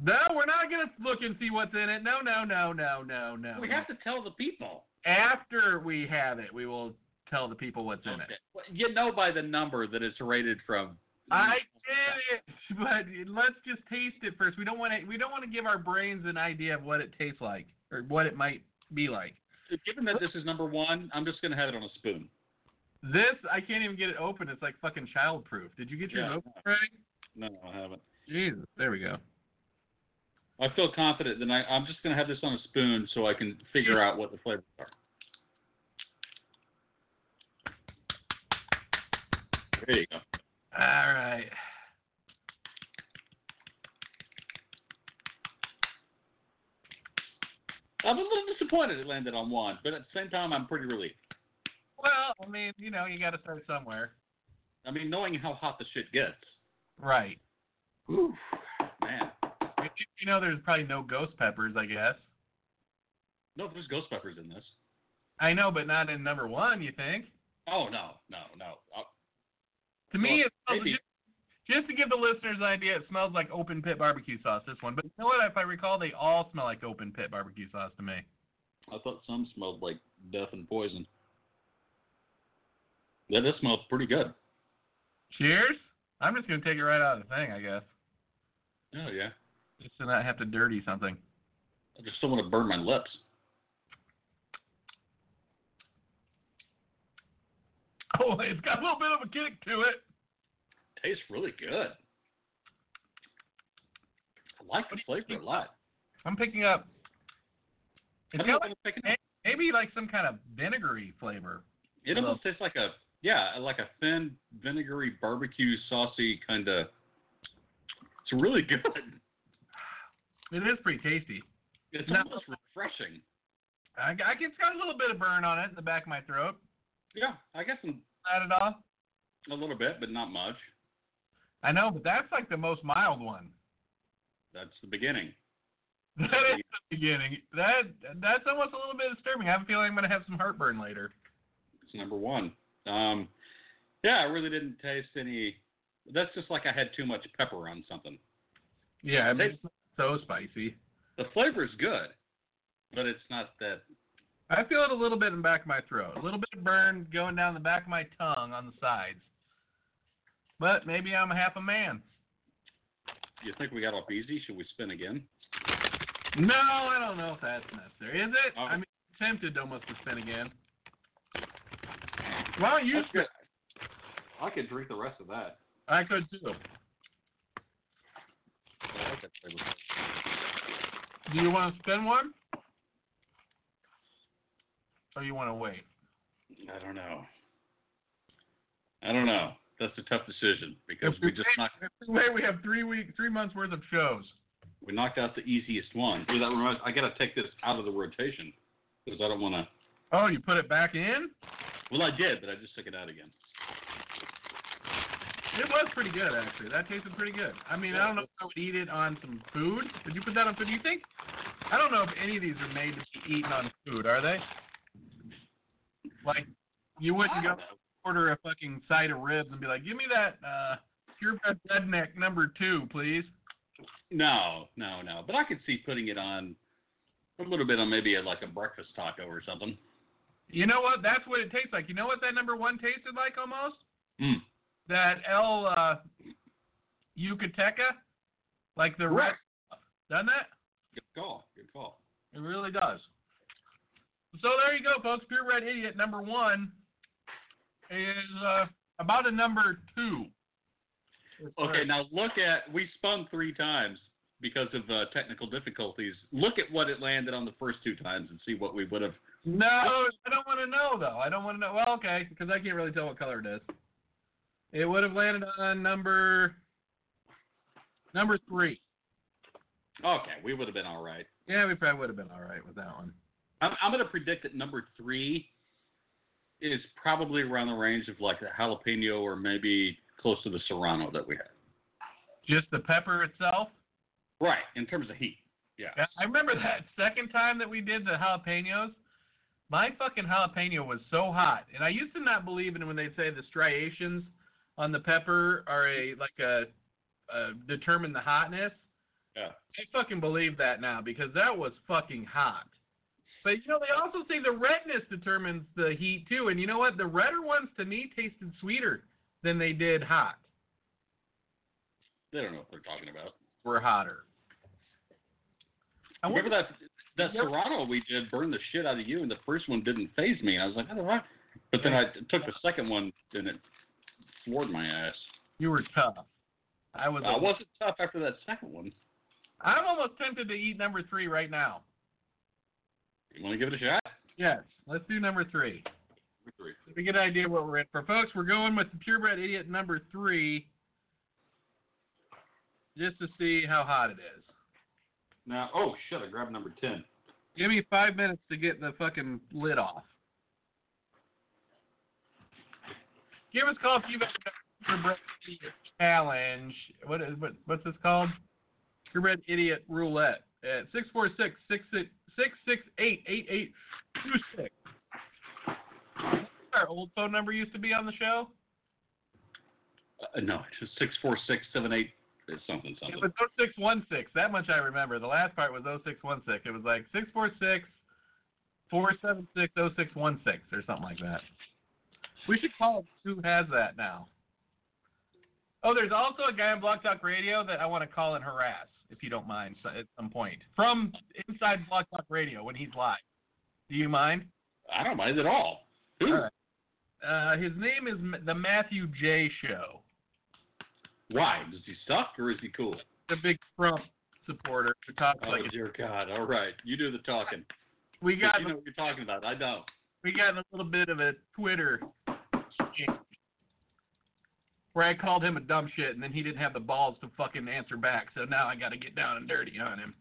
No, we're not gonna look and see what's in it. No, no, no, no, no, no. We have to tell the people. After we have it, we will tell the people what's in Okay. it. Well, You know by the number that it's rated from. I get it, but let's just taste it first. We don't want to. We don't want to give our brains an idea of what it tastes like or what it might be like. Given that this is number one, I'm just gonna have it on a spoon. This I can't even get it open. It's like fucking childproof. Did you get yours Yeah. open right? No, I haven't. Jesus, there we go. I feel confident that I, I'm just going to have this on a spoon so I can figure out what the flavors are. There you go. All right. I'm a little disappointed it landed on one, but at the same time, I'm pretty relieved. Well, I mean, you know, you got to start somewhere. I mean, knowing how hot the shit gets. Right. Ooh, man. You- You know, there's probably no ghost peppers, I guess. No, there's ghost peppers in this. I know, but not in number one. You think? Oh, no, no, no. Uh, To me, Well, it smells, maybe. just, just to give the listeners an idea, it smells like open pit barbecue sauce. This one, but you know what? If I recall, they all smell like open pit barbecue sauce to me. I thought some smelled like death and poison. Yeah, this smells pretty good. Cheers. I'm just gonna take it right out of the thing, I guess, Oh, yeah. just to not have to dirty something. I just don't want to burn my lips. Oh, it's got a little bit of a kick to it. tastes really good. I like the flavor a lot. I'm picking up. I It's don't know what got like, I'm picking up. maybe like some kind of vinegary flavor. It almost tastes like a yeah, like a thin vinegary barbecue saucy kind of. It's really good. It is pretty tasty. It's No. almost refreshing. I, I, it's got a little bit of burn on it in the back of my throat. Yeah, I guess I'm Not at all. a little bit, but not much. I know, but that's like the most mild one. That's the beginning. That is the beginning. That that's almost a little bit disturbing. I have a feeling I'm gonna have some heartburn later. It's number one. Um, yeah, I really didn't taste any. That's just like I had too much pepper on something. Yeah, I mean, it's so spicy. The flavor's good, but it's not that. I feel it a little bit in the back of my throat. A little bit of burn going down the back of my tongue on the sides. But maybe I'm half a man. You think we got off easy? Should we spin again? No, I don't know if that's necessary. Is it? Oh. I mean, I'm tempted almost to spin again. Why don't you That's spin? good. I could drink the rest of that. I could too. I like that flavor. Do you want to spin one? Or you want to wait? I don't know. I don't know. That's a tough decision because we just knocked Wait, we have three week, three months worth of shows. we knocked out the easiest one. Ooh, that reminds, I got to take this out of the rotation because I don't want to. Oh, you put it back in? Well, I did, but I just took it out again. It was pretty good, actually. That tasted pretty good. I mean, I don't know if I would eat it on some food. Would you put that on food? Do you think? I don't know if any of these are made to be eaten on food, are they? Like, you wouldn't go order a fucking side of ribs and be like, give me that uh, purebred redneck number two, please. No, no, no. But I could see putting it on a little bit on maybe a, like a breakfast taco or something. You know what? That's what it tastes like. You know what that number one tasted like almost? Mm. That El uh, Yucateca, like the Correct. rest, doesn't it? Good call. Good call. It really does. So there you go, folks. Purebred Idiot number one is uh, about a number two. Okay, now look at we spun three times because of uh, technical difficulties. Look at what it landed on the first two times and see what we would have. No, I don't want to know though. I don't want to know. Well, okay, because I can't really tell what color it is. It would have landed on number number three. Okay, we would have been all right. Yeah, we probably would have been all right with that one. I'm, I'm going to predict that number three is probably around the range of like a jalapeno or maybe close to the serrano that we had. Just the pepper itself. Right, in terms of heat. Yeah, I remember that second time that we did the jalapenos. My fucking jalapeno was so hot, and I used to not believe in when they say the striations on the pepper are a like a, a determine the hotness. Yeah. I fucking believe that now because that was fucking hot. But you know they also say the redness determines the heat too, and you know what? The redder ones to me tasted sweeter than they did hot. They don't know what they're talking about. Were hotter. I Remember wonder- that that Yep. serrano we did burned the shit out of you, and the first one didn't phase me, and I was like, I don't know. But then I took the second one, and it floored my ass. you were tough. I was. I a- wasn't tough after that second one. I'm almost tempted to eat number three right now. You want to give it a shot? Yes, let's do number three. We get an idea what we're in for, folks. We're going with the purebred idiot number three, just to see how hot it is. Now, oh shit, I grabbed number ten. Give me five minutes to get the fucking lid off. Give us a call if you've ever done purebred idiot challenge. What is what? What's this called? Purebred idiot roulette at six four six six six six six eight eight eight two six. Our old phone number used to be on the show. Uh, no, it's just six four six seven eight it's something something. It was 0616. That much I remember. The last part was 0616. It was like 646 476 0616 or something like that. We should call who has that now. Oh, there's also a guy on Block Talk Radio that I want to call and harass, if you don't mind, so- at some point. From inside Block Talk Radio when he's live. Do you mind? I don't mind at all. Who? All right. Uh, his name is M- The Matthew J. Show. Why? Does he suck or is he cool? The big Trump supporter who talks Oh like dear God! All right, you do the talking. we got you know what you're talking about. I don't. we got in a little bit of a Twitter exchange where I called him a dumb shit, and then he didn't have the balls to fucking answer back. So now I got to get down and dirty on him.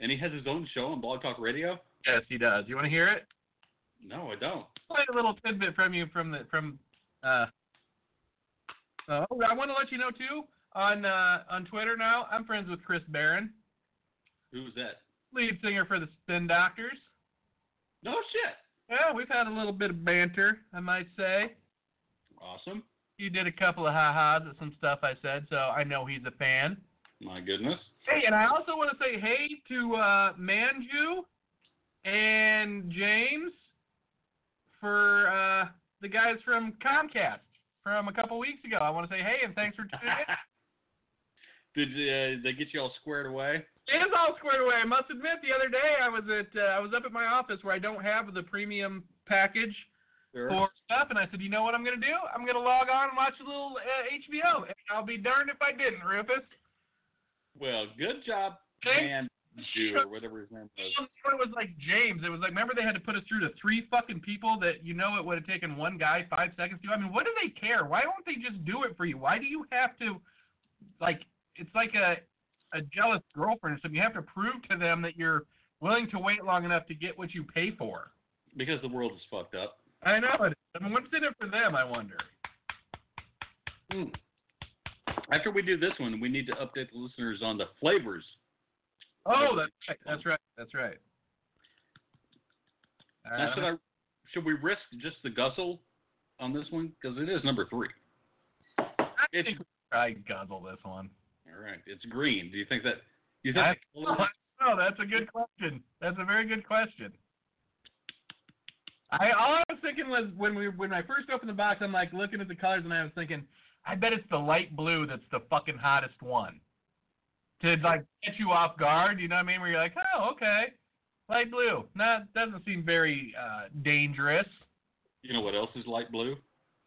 And he has his own show on Blog Talk Radio. Yes, he does. You want to hear it? No, I don't. Play a little tidbit from you from the from. Uh, uh, oh, I want to let you know too on uh, on Twitter now. I'm friends with Chris Barron, Who's that? lead singer for the Spin Doctors. No shit. Well, we've had a little bit of banter, I might say. Awesome. He did a couple of ha ha's at some stuff I said, so I know he's a fan. My goodness. Hey, and I also want to say hey to uh, Manju and James for uh, the guys from Comcast from a couple weeks ago. I want to say hey and thanks for tuning in. Did uh, they get you all squared away? It is all squared away. I must admit, the other day I was at uh, I was up at my office where I don't have the premium package Sure. for stuff, and I said, you know what I'm gonna do? I'm gonna log on and watch a little uh, HBO, and I'll be darned if I didn't, Rufus. Well, good job, Thank man. Jew, or whatever his name was. when it was like James, it was like remember they had to put us through to three fucking people that you know it would have taken one guy five seconds to. I mean, what do they care? Why don't they just do it for you? Why do you have to like it's like a a jealous girlfriend or something. You have to prove to them that you're willing to wait long enough to get what you pay for. Because the world is fucked up. I know it. I mean, what's in it for them? I wonder. Mm. After we do this one, we need to update the listeners on the flavors. Oh, that's right. That's right. That's right. All right, Now, I'm should, I, should we risk just the guzzle on this one? Because it is number three. I It's- think I guzzle this one. All right, it's green. Do you think that? You think? I, All oh, that's a good question. That's a very good question. I all I was thinking was when we when I first opened the box, I'm like looking at the colors and I was thinking, I bet it's the light blue that's the fucking hottest one. To like catch you off guard, you know what I mean? Where you're like, oh okay, light blue. Not doesn't seem very uh, dangerous. you know what else is light blue?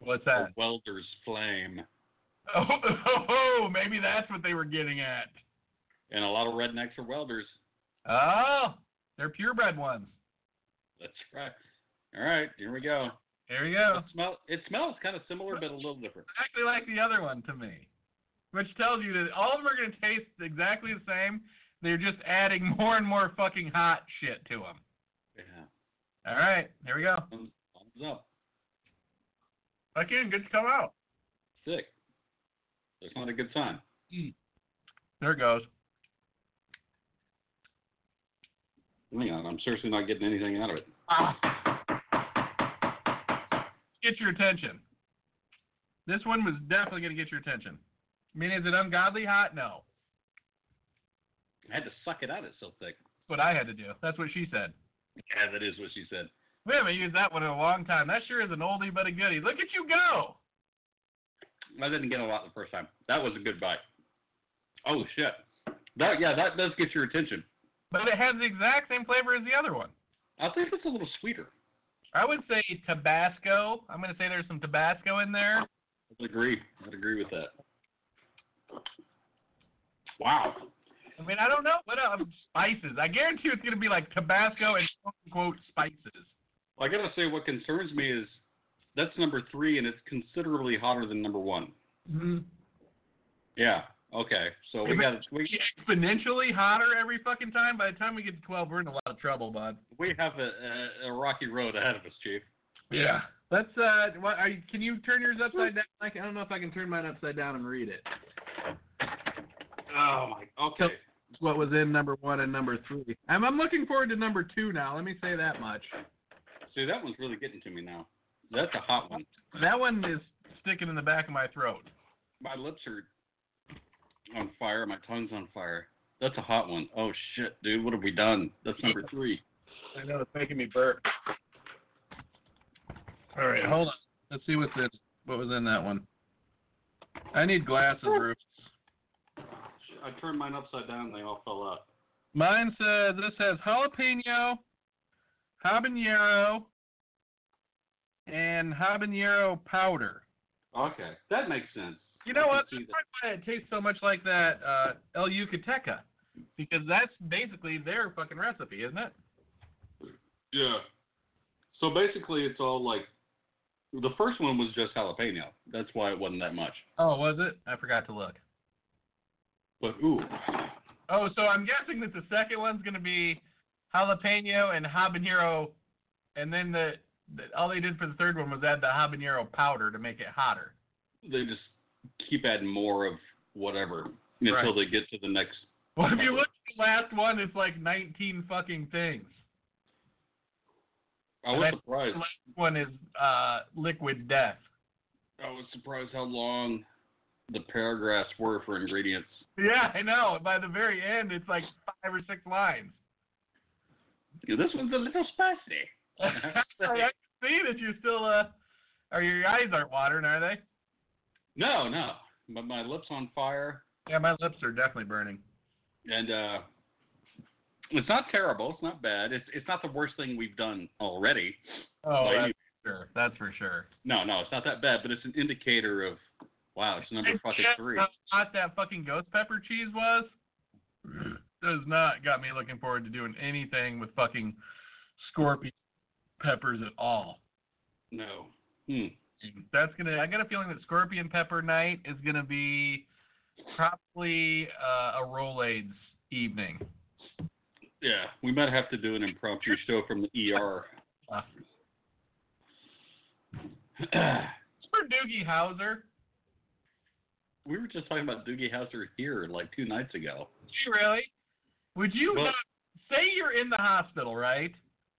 What's A that? welder's flame. Oh, maybe that's what they were getting at. And a lot of rednecks are welders. Oh, they're purebred ones. That's right. All right, here we go. There you go. It, smell, it smells kind of similar, but a little different. Actually, like the other one to me, which tells you that all of them are going to taste exactly the same. They're just adding more and more fucking hot shit to them. Yeah. All right, here we go. Thumbs, thumbs up. Again, good to come out. Sick. That's not a good sign. There it goes. Hang on, I'm seriously not getting anything out of it. Get your attention. This one was definitely going to get your attention. I mean, is it ungodly hot? No. I had to suck it out. It's so thick. That's what I had to do. That's what she said. Yeah, that is what she said. We haven't used that one in a long time. That sure is an oldie but a goodie. Look at you go. I didn't get a lot the first time. That was a good bite. Oh shit. That yeah, that does get your attention. But it has the exact same flavor as the other one. I think it's a little sweeter. I would say Tabasco. I'm going to say there's some Tabasco in there. I'd agree. I'd agree with that. Wow. I mean, I don't know. What else? um, Spices. I guarantee it's going to be like Tabasco and quote unquote spices. I gotta say, what concerns me is that's number three, and it's considerably hotter than number one. Mm-hmm. Yeah. Okay. So we got we Exponentially hotter every fucking time. By the time we get to 12, we're in a lot of trouble, bud. we have a, a, a rocky road ahead of us, Chief. Yeah. Let's uh, what are you, can you turn yours upside down? Like I don't know if I can turn mine upside down and read it. Oh my. Okay. It's what was in number one and number three. I'm I'm looking forward to number two now. Let me say that much. See, that one's really getting to me now. That's a hot one. That one is sticking in the back of my throat. My lips are on fire. My tongue's on fire. That's a hot one. Oh shit, dude, what have we done? That's number three. I know it's making me burp. All right, hold on. Let's see what's in. What was in that one? I need glasses, Rufus. I turned mine upside down. and They all fell out. Mine says this has jalapeno, habanero, and habanero powder. Okay, that makes sense. You know I can what? see That's that. probably why it tastes so much like that uh, El Yucateca, because that's basically their fucking recipe, isn't it? Yeah. So basically, it's all like the first one was just jalapeno. That's why it wasn't that much. Oh, was it? I forgot to look. But ooh, Oh, so I'm guessing that the second one's gonna be jalapeno and habanero, and then the, the all they did for the third one was add the habanero powder to make it hotter. they just keep adding more of whatever until Right. they get to the next. Well, if you look at the last one, it's like 19 fucking things. I was That's- surprised. The last one is uh, liquid death. I was surprised how long the paragraphs were for ingredients. Yeah, I know. By the very end, it's like five or six lines. Yeah, this one's a little spicy. I can see that you're still uh, or your eyes aren't watering, are they? No, no. But my lips on fire, Yeah, my lips are definitely burning. and uh, it's not terrible. It's not bad. It's it's not the worst thing we've done already. Oh, By that's any- for sure. That's for sure. no, no, it's not that bad. But it's an indicator of wow, it's number And fucking guess three. How hot that fucking ghost pepper cheese was? Does not got me looking forward to doing anything with fucking scorpion peppers at all. No. Hmm. That's gonna. I got a feeling that scorpion pepper night is gonna be probably uh, a Rolaids evening. Yeah, we might have to do an impromptu show from the ER. Uh, Remember Doogie Howser? we were just talking about Doogie Howser here like two nights ago. You really? Would you Well- not say you're in the hospital, right?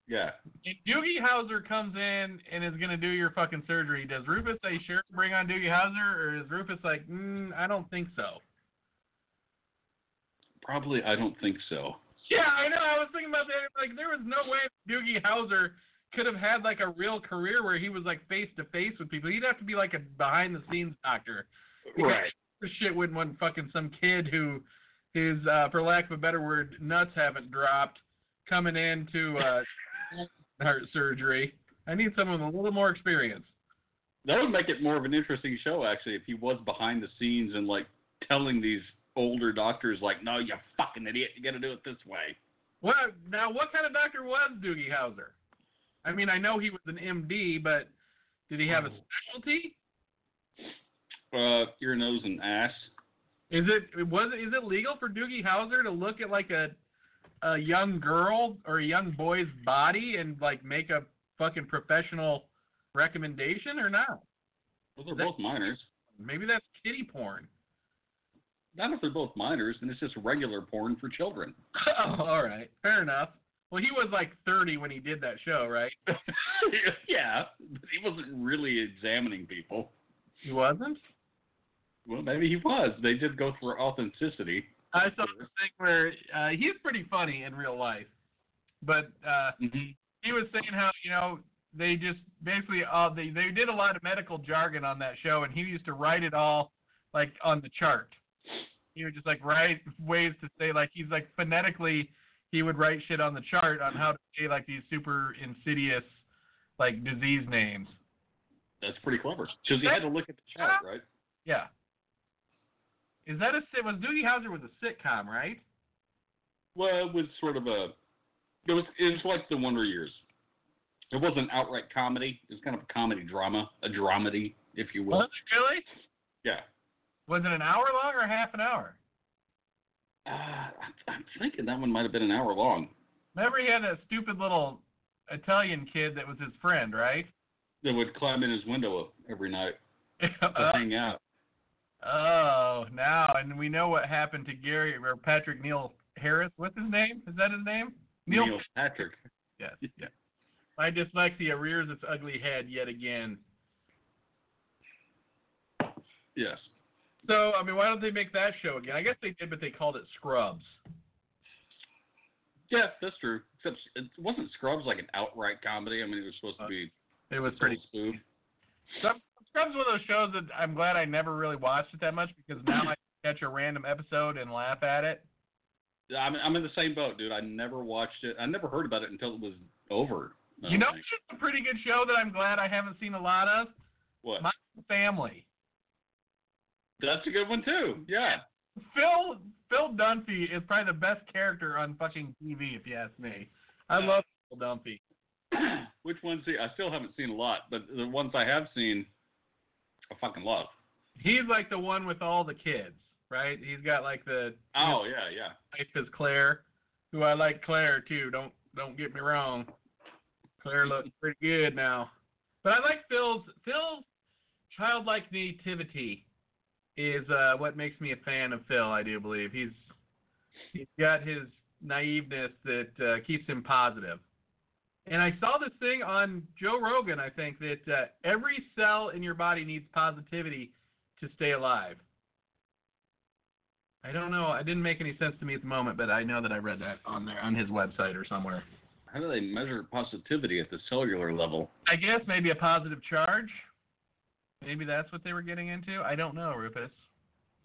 Yeah. If Doogie Howser comes in and is gonna do your fucking surgery, does Rufus say sure bring on Doogie Howser, or is Rufus like, mm, I don't think so? Probably, I don't think so. Yeah, I know. I was thinking about that. Like, there was no way Doogie Howser could have had like a real career where he was like face to face with people. He'd have to be like a behind the scenes doctor. Right. This shit wouldn't want fucking some kid who his, uh, for lack of a better word, nuts haven't dropped coming in to uh, heart surgery. I need someone with a little more experience. That would make it more of an interesting show, actually, if he was behind the scenes and like telling these older doctors, like, "No, you fucking idiot, you got to do it this way." Well, now what kind of doctor was Doogie Howser? I mean, I know he was an MD, but did he have a specialty? Uh, ear, nose, and ass. Is it was is it legal for Doogie Howser to look at like a a young girl or a young boy's body and like make a fucking professional recommendation or not? Well, they're That- both minors. Maybe that's kitty porn. Not if they're both minors, then it's just regular porn for children. Oh, all right, fair enough. Well, he was like 30 when he did that show, right? yeah, but he wasn't really examining people. He wasn't. Well, maybe he was. They did go for authenticity. I saw this thing where uh, he's pretty funny in real life, but uh, Mm-hmm. he was saying how you know they just basically uh, they they did a lot of medical jargon on that show, and he used to write it all like on the chart. He would just like write ways to say like he's like phonetically he would write shit on the chart on how to say like these super insidious like disease names. That's pretty clever. Because he had to look at the chart, right? Yeah. Is that a sit? Was Doogie Howser was a sitcom, right? Well, it was sort of a. It was. It was like the Wonder Years. It wasn't outright comedy. It was kind of a comedy drama, a dramedy, if you will. Was it really? Yeah. Was it an hour long or half an hour? Uh, I'm- I'm thinking that one might have been an hour long. Remember he had that stupid little Italian kid that was his friend, right? That would climb in his window every night to Uh, hang out. oh, now and we know what happened to Gary or Patrick Neil Harris. What's his name? Is that his name? Neil. Neil Patrick. Yes. Yeah. My dyslexia rears its ugly head yet again. Yes. So I mean, why don't they make that show again? I guess they did, but they called it Scrubs. Yeah, that's true. Except it wasn't Scrubs like an outright comedy. I mean, it was supposed to be It was pretty Uh, pretty. spoof. Scrubs Scrubs is one of those shows that I'm glad I never really watched it that much because now I catch a random episode and laugh at it. I'm I'm in the same boat, dude. I never watched it. I never heard about it until it was over. I you don't know, think. it's a pretty good show that I'm glad I haven't seen a lot of. what? My family. That's a good one too. Yeah. Phil Phil Dunphy is probably the best character on fucking TV, if you ask me. I Yeah. love Phil Dunphy. Which ones? See, I still haven't seen a lot, but the ones I have seen, I fucking love. He's like the one with all the kids, right? He's got like the Oh yeah, yeah. his wife is Claire, who I like Claire too. Don't don't get me wrong. Claire looks pretty good now, but I like Phil's Phil's childlike nativity is uh, what makes me a fan of Phil. I do believe he's he's got his naiveness that uh, keeps him positive. And I saw this thing on Joe Rogan. I think that uh, every cell in your body needs positivity to stay alive. I don't know. It didn't make any sense to me at the moment, but I know that I read that on there on his website or somewhere. How do they measure positivity at the cellular level? I guess maybe a positive charge. Maybe that's what they were getting into. I don't know, Rufus.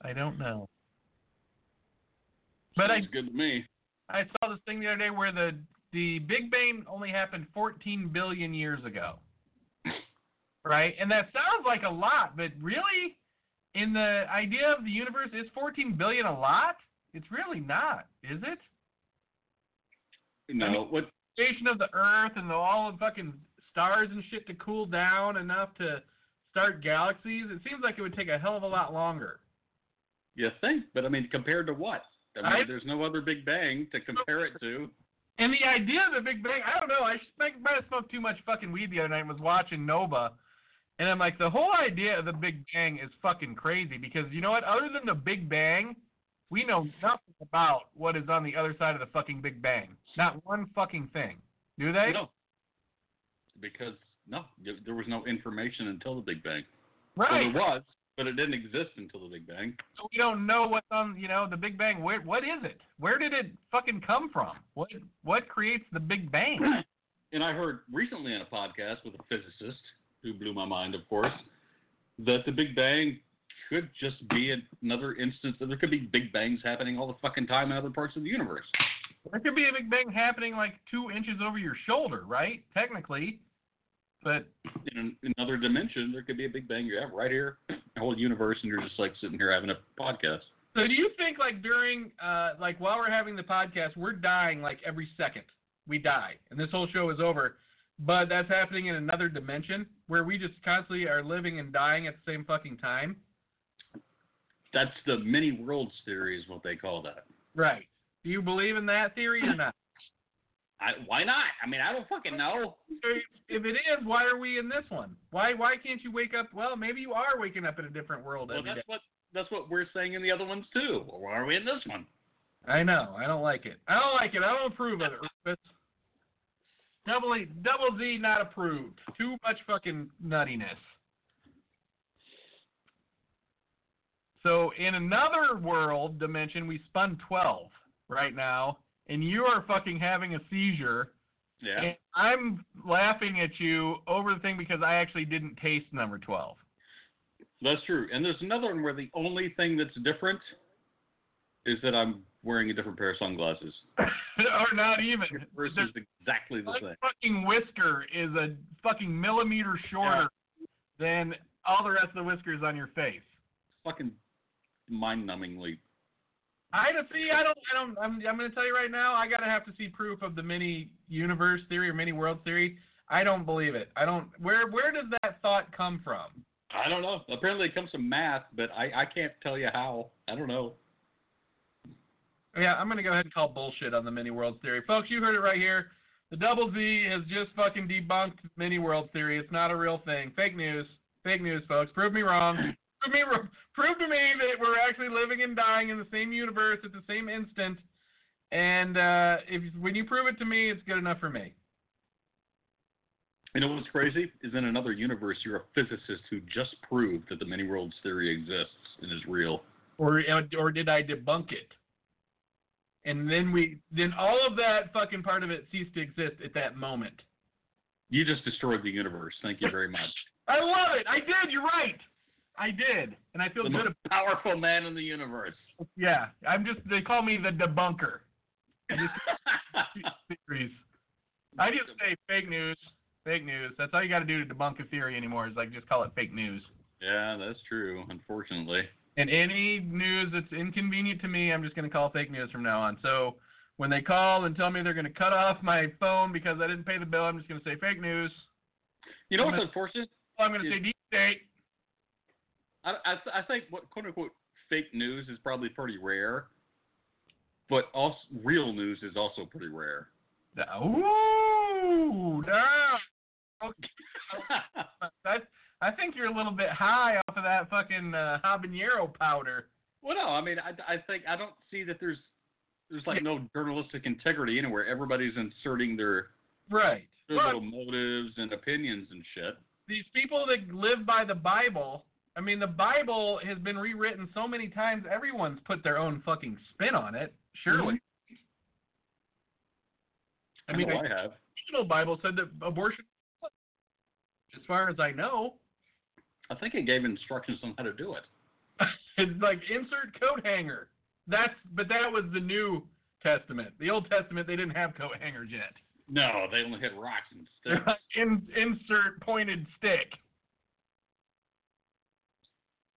I don't know. But I Sounds good to me. I saw this thing the other day where the the Big Bang only happened 14 billion years ago. Right? And that sounds like a lot, but really in the idea of the universe is 14 billion a lot? It's really not, is it? No, what? station of the Earth and the, all the fucking stars and shit to cool down enough to start galaxies, it seems like it would take a hell of a lot longer. You think? But I mean, compared to what? I mean, I- there's no other Big Bang to compare it to. And the idea of the Big Bang, I don't know. I just might might have smoked too much fucking weed the other night and was watching Nova, And I'm like, the whole idea of the Big Bang is fucking crazy because you know what? Other than the Big Bang, we know nothing about what is on the other side of the fucking Big Bang. Not one fucking thing. Do they? No. Because no, there- there was no information until the Big Bang. Well, Right. there was, but it didn't exist until the Big Bang. So we don't know what's on, you know, the Big Bang. Where, what is it? Where did it fucking come from? What, what creates the Big Bang? And I heard recently on a podcast with a physicist who blew my mind, of course, that the Big Bang could just be another instance that there could be Big Bangs happening all the fucking time in other parts of the universe. There could be a Big Bang happening like two inches over your shoulder, right? Technically. But In an, another dimension, there could be a Big Bang you have right here, a whole universe, and you're just like sitting here having a podcast. so do you think like during uh like while we're having the podcast, we're dying like every second. We die. And this whole show is over. But that's happening in another dimension where we just constantly are living and dying at the same fucking time. That's the many worlds theory, is what they call that. Right. Do you believe in that theory or not? I, why not? I mean, I don't fucking know. if it is, why are we in this one? Why why can't you wake up? Well, maybe you are waking up in a different world Well, every that's day. what that's what we're saying in the other ones too. Well, why are we in this one? I know. I don't like it. I don't like it. I don't approve of it, Rufus. Double E, double Z, not approved. Too much fucking nuttiness. So in another world dimension, we spun twelve right now, and you are fucking having a seizure. Yeah. And I'm laughing at you over the thing because I actually didn't taste number twelve. That's true. And there's another one where the only thing that's different is that I'm wearing a different pair of sunglasses. or not even. Versus Their exactly the same. fucking whisker is a fucking millimeter shorter than all the rest of the whiskers on your face. Fucking mind numbingly. I don't see. I don't. I don't. I'm. I'm going to tell you right now. I got to have to see proof of the mini universe theory or mini world theory. I don't believe it. I don't. Where Where does that thought come from? I don't know. Apparently it comes from math, but I, I can't tell you how. I don't know. Yeah, I'm gonna go ahead and call bullshit on the mini worlds theory, folks. You heard it right here. The double Z has just fucking debunked mini worlds theory. It's not a real thing. Fake news. Fake news, folks. Prove me wrong. prove me. wr- Prove to me that we're actually living and dying in the same universe at the same instant. And uh, if when you prove it to me, it's good enough for me. You know what's crazy? Is in another universe you're a physicist who just proved that the many worlds theory exists and is real. or uh, or did I debunk it? And then we then all of that fucking part of it ceased to exist at that moment. You just destroyed the universe. Thank you very much. I love it. I did. You're right. I did, and I feel the good. most powerful man in the universe. About, yeah, I'm just. They call me the debunker. Theories. I just say fake news. Fake news. That's all you got to do to debunk a theory anymore. Is like just call it fake news. yeah, that's true, unfortunately. And any news that's inconvenient to me, I'm just going to call fake news from now on. So when they call and tell me they're going to cut off my phone because I didn't pay the bill, I'm just going to say fake news. You know I'm what's gonna- unfortunate? I'm going to say deep state. I, I, I think what quote unquote fake news is probably pretty rare, but also real news is also pretty rare. Ooh, no. That's, I think you're a little bit high off of that fucking uh, habanero powder. well, no, I mean, I, I think I don't see that there's there's like no journalistic integrity anywhere. Everybody's inserting their, Right. their little motives and opinions and shit. these people that live by the Bible, I mean, the Bible has been rewritten so many times, everyone's put their own fucking spin on it, surely. I mean, know I- I have. The original Bible said that abortion, as far as I know, I think it gave instructions on how to do it. is like insert coat hanger. That's but that was the New Testament. The Old Testament they didn't have coat hangers yet. No, they only had rocks and They're sticks. like in, insert pointed stick.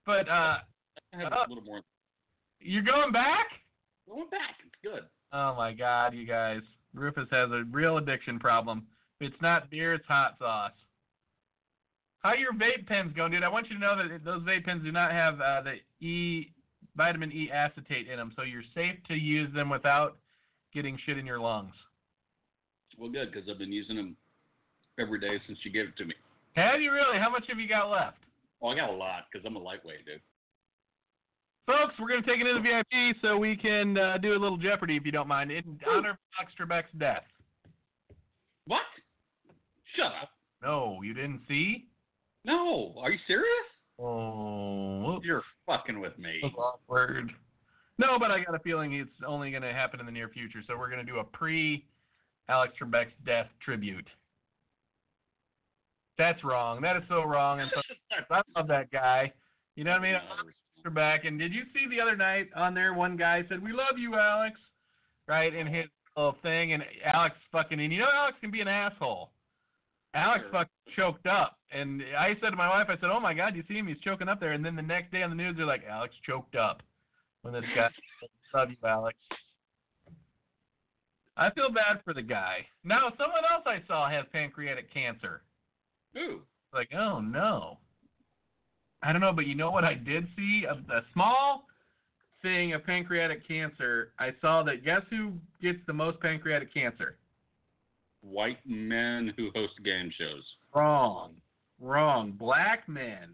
But uh, I have Uh, a little more. you're going back? Going back, it's good. Oh my God, you guys! Rufus has a real addiction problem. If it's not beer, it's hot sauce. How your vape pens going, dude? I want you to know that those vape pens do not have uh, the E vitamin E acetate in them, so you're safe to use them without getting shit in your lungs. Well, good because I've been using them every day since you gave it to me. Have you really? How much have you got left? Oh, I got a lot because I'm a lightweight, dude. Folks, we're going to take it into VIP so we can uh, do a little Jeopardy if you don't mind in honor of Alex Trebek's death. What? Shut up. No, you didn't see? No. Are you serious? Oh, whoops. You're fucking with me. That was awkward. No, but I got a feeling it's only going to happen in the near future. So we're going to do a pre Alex Trebek's death tribute. That's wrong. That is so wrong. And so, I love that guy. You know what I mean? Alex Trebek. And did you see the other night on there? One guy said, "We love you, Alex," right in his little thing. And Alex fucking and you know Alex can be an asshole. Alex Sure. fucking choked up. And I said to my wife, I said, "Oh my God, you see him? He's choking up there." And then the next day on the news, they're like, "Alex choked up." When this guy, love you, Alex. I feel bad for the guy. Now, someone else I saw has pancreatic cancer. Ooh. It's like, oh no. I don't know, but you know what I did see? A, a small thing of pancreatic cancer. I saw that guess who gets the most pancreatic cancer? White men who host game shows. Wrong. Wrong. Black men.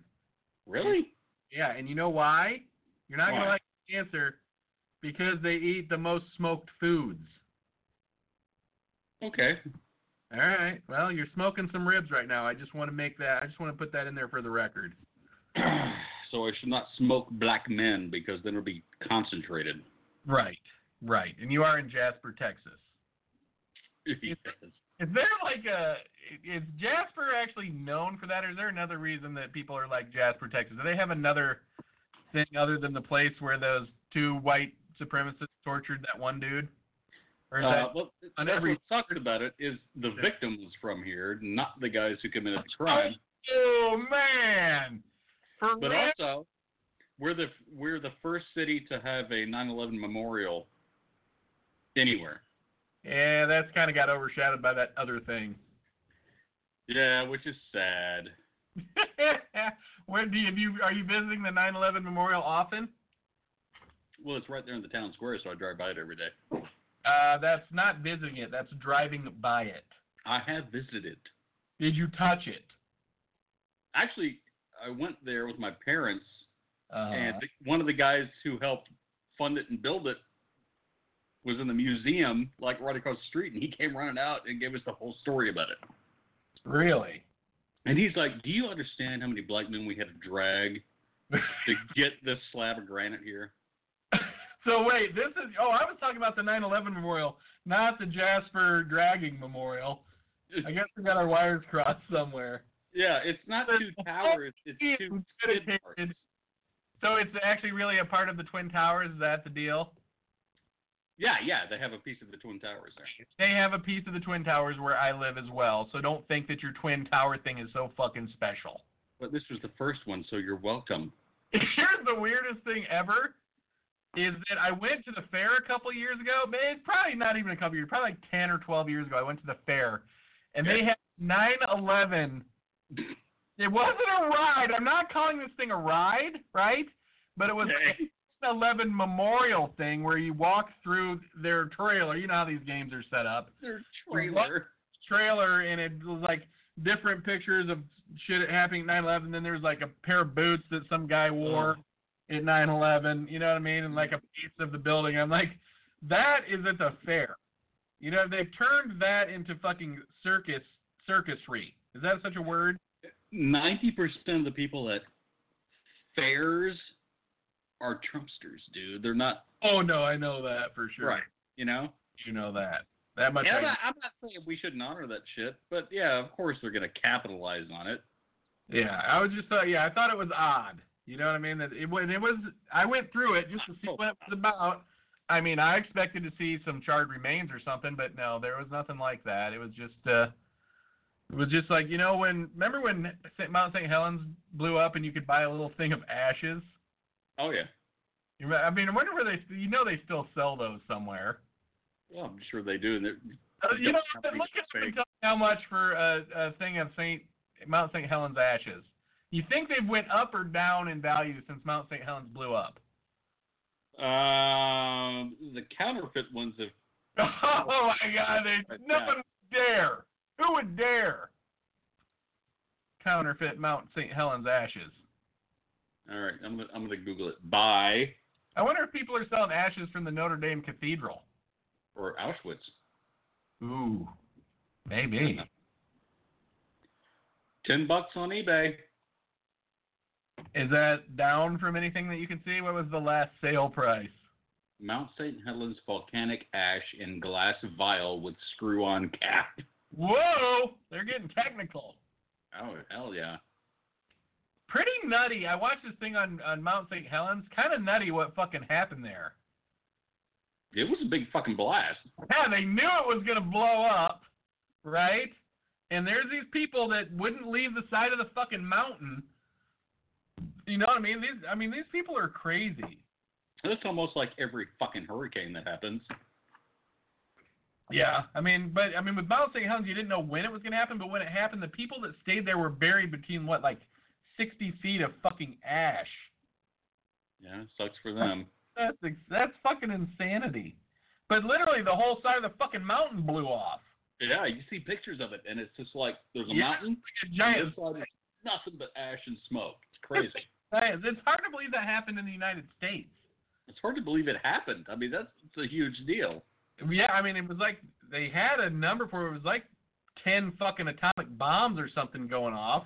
Really? Yeah, and you know why? You're not going to Why? like the answer because they eat the most smoked foods. Okay. All right. Well, you're smoking some ribs right now. I just want to make that I just want to put that in there for the record. so I should not smoke black men because then it'll be concentrated. Right. Right. And you are in Jasper, Texas. Yes. Is there like a is Jasper actually known for that, or is there another reason that people are like Jasper, Texas? Do they have another thing other than the place where those two white supremacists tortured that one dude? Or is Uh, that well, on that's every- what sucks about it is the victim was from here, not the guys who committed the crime. oh man, for But real? also, we're the we're the first city to have a 9/11 memorial anywhere. yeah, that's kind of got overshadowed by that other thing. Yeah, which is sad. where do you, have you are you visiting the 9/11 memorial often? Well, it's right there in the town square, so I drive by it every day. Uh, that's not visiting it. That's driving by it. I have visited. Did you touch it? Actually, I went there with my parents, Uh, and one of the guys who helped fund it and build it was in the museum, like right across the street, and he came running out and gave us the whole story about it. really? And he's like, "Do you understand how many black men we had to drag to get this slab of granite here?" so wait, this is oh, I was talking about the 9/11 memorial, not the Jasper dragging memorial. I guess we got our wires crossed somewhere. Yeah, it's not two towers. It's two skid marks. Dedicated. So it's actually really a part of the Twin Towers. Is that the deal? Yeah, yeah, they have a piece of the twin towers there. They have a piece of the Twin Towers where I live as well. So don't think that your Twin Tower thing is so fucking special. But this was the first one, so you're welcome. here's the weirdest thing ever is that I went to the fair a couple years ago. man, It's probably not even a couple years, probably like 10 or 12 years ago. I went to the fair and they Okay. had 9 11. It wasn't a ride. I'm not calling this thing a ride, right? But it was like Okay. a 9 11 memorial thing where you walk through their trailer. You know how these games are set up Their trailer. trailer and it was like different pictures of shit happening at 9 11. Then there was like a pair of boots that some guy wore Oh. at 9 11, you know what I mean? And like a piece of the building. I'm like, that is at the fair. You know, they've turned that into fucking circus, circusry. Is that such a word? Ninety percent of the people at fairs are Trumpsters, dude. They're not Oh, no, I know that for sure. right. You know. You know that. That much. And I- I'm not, I'm not saying we shouldn't honor that shit, but yeah, of course they're gonna capitalize on it. yeah, I was just, uh, yeah, I thought it was odd. You know what I mean? That it, when it was, I went through it just to see what it was about. I mean, I expected to see some charred remains or something, but no, there was nothing like that. It was just, uh, it was just like you know when remember when St. Mount St. Helens blew up and you could buy a little thing of ashes. Oh yeah. You remember, I mean, I wonder where they, you know, they still sell those somewhere. Well, I'm sure they do. And they're- Uh, They You know, don't look have it these up and fake- tell me how much for a, a thing of Saint Mount St. Helens ashes. You think they've went up or down in value since Mount St. Helens blew up? um, the counterfeit ones have Oh my God! They, Right no now. one would dare. Who would dare? counterfeit Mount St. Helens ashes. All right, I'm gonna I'm gonna Google it. By I wonder if people are selling ashes from the Notre Dame Cathedral. or Auschwitz. Ooh, maybe. Ten bucks on eBay. Is that down from anything that you can see? What was the last sale price? Mount St. Helens volcanic ash in glass vial with screw-on cap. Whoa, they're getting technical. Oh hell yeah! Pretty nutty. I watched this thing on, on Mount St. Helens. Kind of nutty what fucking happened there. It was a big fucking blast. Yeah, they knew it was going to blow up, right? And there's these people that wouldn't leave the side of the fucking mountain. You know what I mean? These, I mean, these people are crazy. That's almost like every fucking hurricane that happens. Yeah, I mean, but I mean, with Mount St. Helens, you didn't know when it was going to happen, but when it happened, the people that stayed there were buried between what, like, sixty feet of fucking ash. Yeah, sucks for them. That's ex- that's fucking insanity. But literally, the whole side of the fucking mountain blew off. Yeah, you see pictures of it, and it's just like there's a Yeah. mountain. Like a and giant this side is nothing but ash and smoke. It's crazy. size. It's hard to believe that happened in the United States. it's hard to believe it happened. I mean, that's it's a huge deal. Yeah, I mean, it was like they had a number for it. It was like ten fucking atomic bombs or something going off.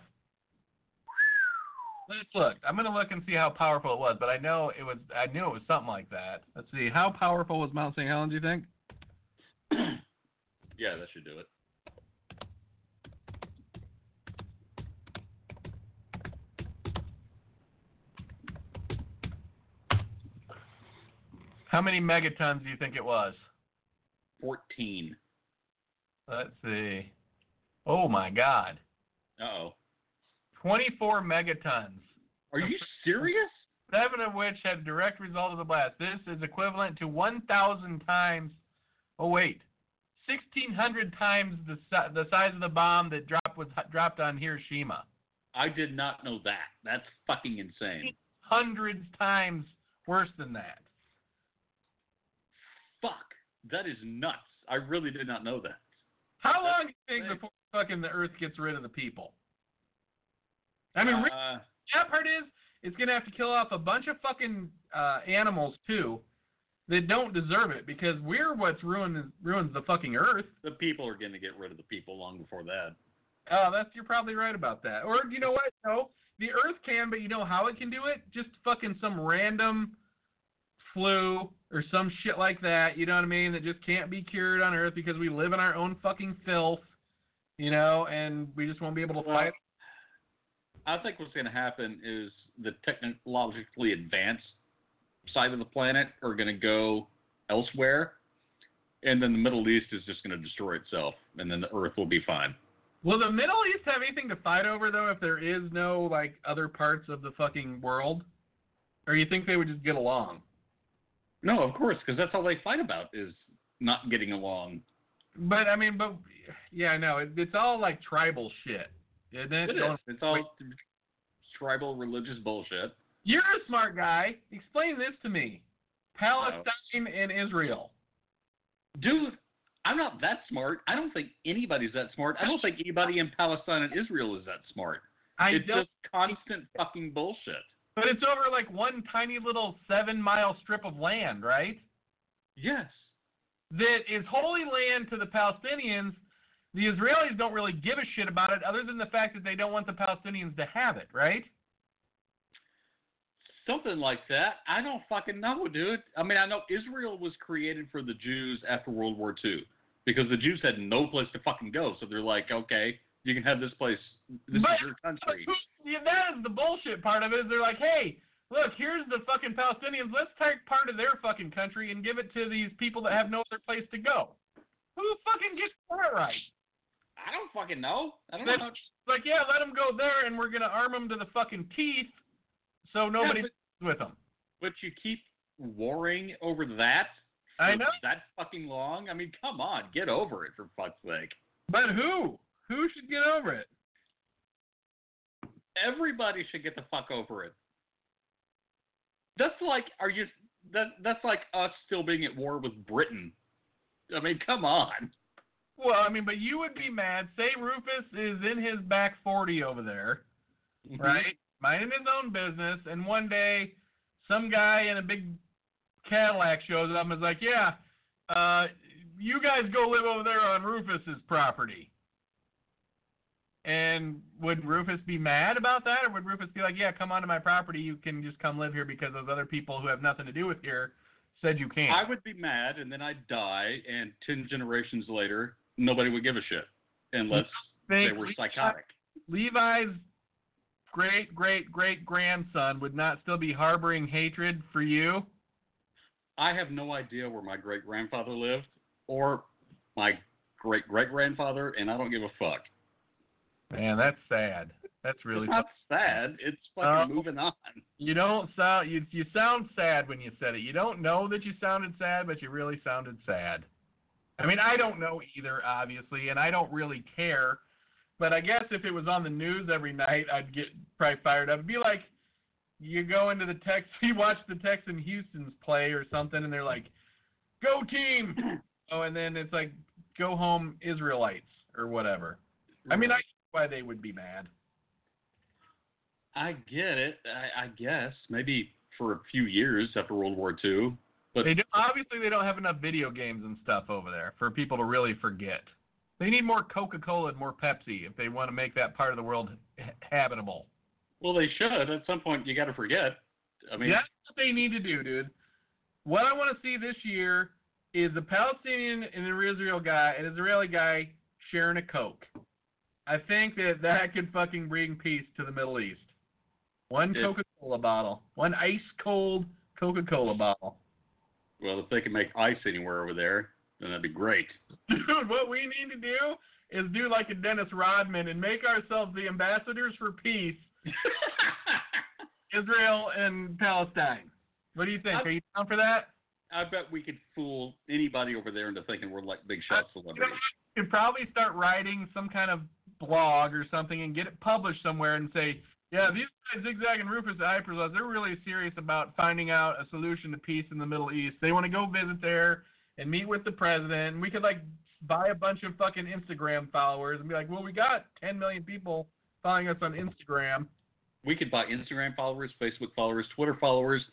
Let's look. I'm gonna look and see how powerful it was, but I know it was. I knew it was something like that. Let's see. How powerful was Mount St. Helens? Do you think? Yeah, that should do it. How many megatons do you think it was? Fourteen. Let's see. Oh my God, Uh oh. 24 megatons. Are you serious? seven of which had direct result of the blast. This is equivalent to 1,000 times. Oh wait, 1,600 times the si- the size of the bomb that dropped was dropped on Hiroshima. I did not know that. That's fucking insane. Hundreds times worse than that. Fuck. That is nuts. I really did not know that. How long do you insane. think before fucking the Earth gets rid of the people? I mean, really, Uh, that part is it's gonna have to kill off a bunch of fucking uh, animals too that don't deserve it because we're what's ruined ruins the fucking Earth. the people are going to get rid of the people long before that. Oh, that's you're probably right about that. Or you know what? No, the Earth can, but you know how it can do it? Just fucking some random flu or some shit like that. You know what I mean? That just can't be cured on Earth because we live in our own fucking filth. You know, and we just won't be able to Well, fight. I think what's going to happen is the technologically advanced side of the planet are going to go elsewhere, and then the Middle East is just going to destroy itself, and then the Earth will be fine. Will the Middle East have anything to fight over though? If there is no like other parts of the fucking world, or you think they would just get along? No, of course, because that's all they fight about is not getting along. But I mean, but yeah, no, it, it's all like tribal shit, isn't it? It is. It's all tribal religious bullshit. You're a smart guy. Explain this to me. Palestine and Israel. Dude, I'm not that smart. I don't think anybody's that smart. I don't think anybody in Palestine and Israel is that smart. I it's don't, just constant fucking bullshit. but it's over like one tiny little seven mile strip of land, right? Yes. That is holy land to the Palestinians. The Israelis don't really give a shit about it other than the fact that they don't want the Palestinians to have it, right? Something like that. I don't fucking know, dude. I mean, I know Israel was created for the Jews after World War II because the Jews had no place to fucking go. So they're like, okay, you can have this place. This But- is your But country. who- yeah, that is the bullshit part of it. Is they're like, hey, look, here's the fucking Palestinians. Let's take part of their fucking country and give it to these people that have no other place to go. Who fucking gets that right? I don't fucking know. I don't That's- know. It's like, yeah, let them go there, and we're gonna arm them to the fucking teeth, so nobody but- fucks with them. But you keep warring over that. I for know. That fucking long. I mean, come on, get over it for fuck's sake. But who? Who should get over it? Everybody should get the fuck over it. That's like, are you? That that's like us still being at war with Britain. I mean, come on. Well, I mean, but you would be mad. Say Rufus is in his back 40 over there, right? Minding his own business, and one day some guy in a big Cadillac shows up and is like, yeah, uh, you guys go live over there on Rufus's property. And would Rufus be mad about that, or would Rufus be like, "Yeah, come onto my property. You can just come live here because those other people who have nothing to do with here said you can't." I would be mad, and then I'd die, and ten generations later, nobody would give a shit unless they Think were Levi- psychotic. Levi's great great great grandson would not still be harboring hatred for you. I have no idea where my great grandfather lived or my great great grandfather, and I don't give a fuck. Man, that's sad. That's really Uh, it's not sad. It's fucking No. moving on. you don't sound you you sound sad when you said it. You don't know that you sounded sad, but you really sounded sad. I mean, I don't know either, obviously, and I don't really care. But I guess if it was on the news every night, I'd get probably fired up. It'd be like you go into the Tex, you watch the Texan Houston's play or something, and they're like, "Go team!" Oh, and then it's like, "Go home, Israelites" or whatever. I mean, I get why they would be mad. I get it. I, I guess maybe for a few years after World War II, but They do, obviously they don't have enough video games and stuff over there for people to really forget. They need more Coca-Cola and more Pepsi if they want to make that part of the world ha- habitable. well, they should. At some point, you got to forget. I mean, That's what they need to do, dude. What I want to see this year is a Palestinian and an Israel guy, an Israeli guy sharing a Coke. I think that that could fucking bring peace to the Middle East. One If- Coca-Cola bottle, one ice cold Coca-Cola bottle. well, if they can make ice anywhere over there, then that'd be great. Dude, what we need to do is do like a Dennis Rodman and make ourselves the ambassadors for peace, Israel and Palestine. What do you think? Are you down for that? I bet we could fool anybody over there into thinking we're like big shot Uh, You know, celebrities. you could probably start writing some kind of blog or something and get it published somewhere and say, yeah, these guys, Zigzag and Rufus at Hyperlus, they're really serious about finding out a solution to peace in the Middle East. They want to go visit there and meet with the president. And we could, like, buy a bunch of fucking Instagram followers and be like, well, we got 10 million people following us on Instagram. We could buy Instagram followers, Facebook followers, Twitter followers.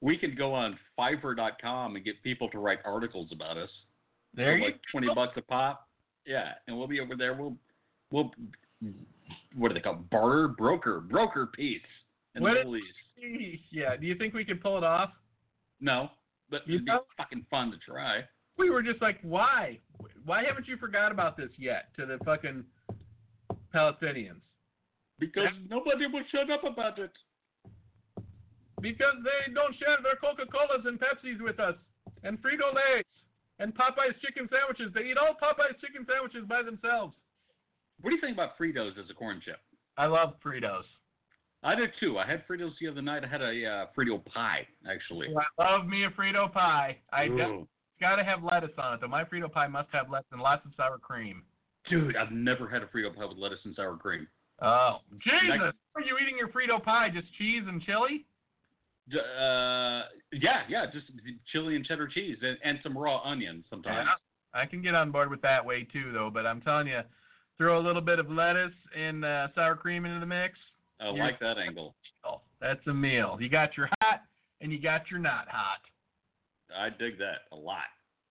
We could go on Fiverr.com and get people to write articles about us. There for like twenty bucks a pop. Yeah, and we'll be over there. We'll we'll what do they call it? barter broker broker peace in What the is- Middle East. Yeah. Do you think we could pull it off? No, but You it'd be know- fucking fun to try. we were just like, why? Why haven't you forgot about this yet to the fucking Palestinians? Because nobody will shut up about it. Because they don't share their Coca Colas and Pepsis with us, and Frito Lays, and Popeye's chicken sandwiches. They eat all Popeye's chicken sandwiches by themselves. What do you think about Fritos as a corn chip? I love Fritos. I did too. I had Fritos the other night. I had a uh, Frito pie actually. I love me a Frito pie. I Ooh. de- gotta have lettuce on it, though. My Frito pie must have lettuce and lots of sour cream. Dude, I've never had a Frito pie with lettuce and sour cream. Oh, Jesus! Next- Are you eating your Frito pie? Just cheese and chili? D- Uh, yeah, yeah, just chili and cheddar cheese and, and some raw onion sometimes. I can get on board with that way too, though. But I'm telling you, throw a little bit of lettuce and uh, sour cream into the mix. I Yeah. like that angle. Oh, that's a meal. You got your hot and you got your not hot. I dig that a lot.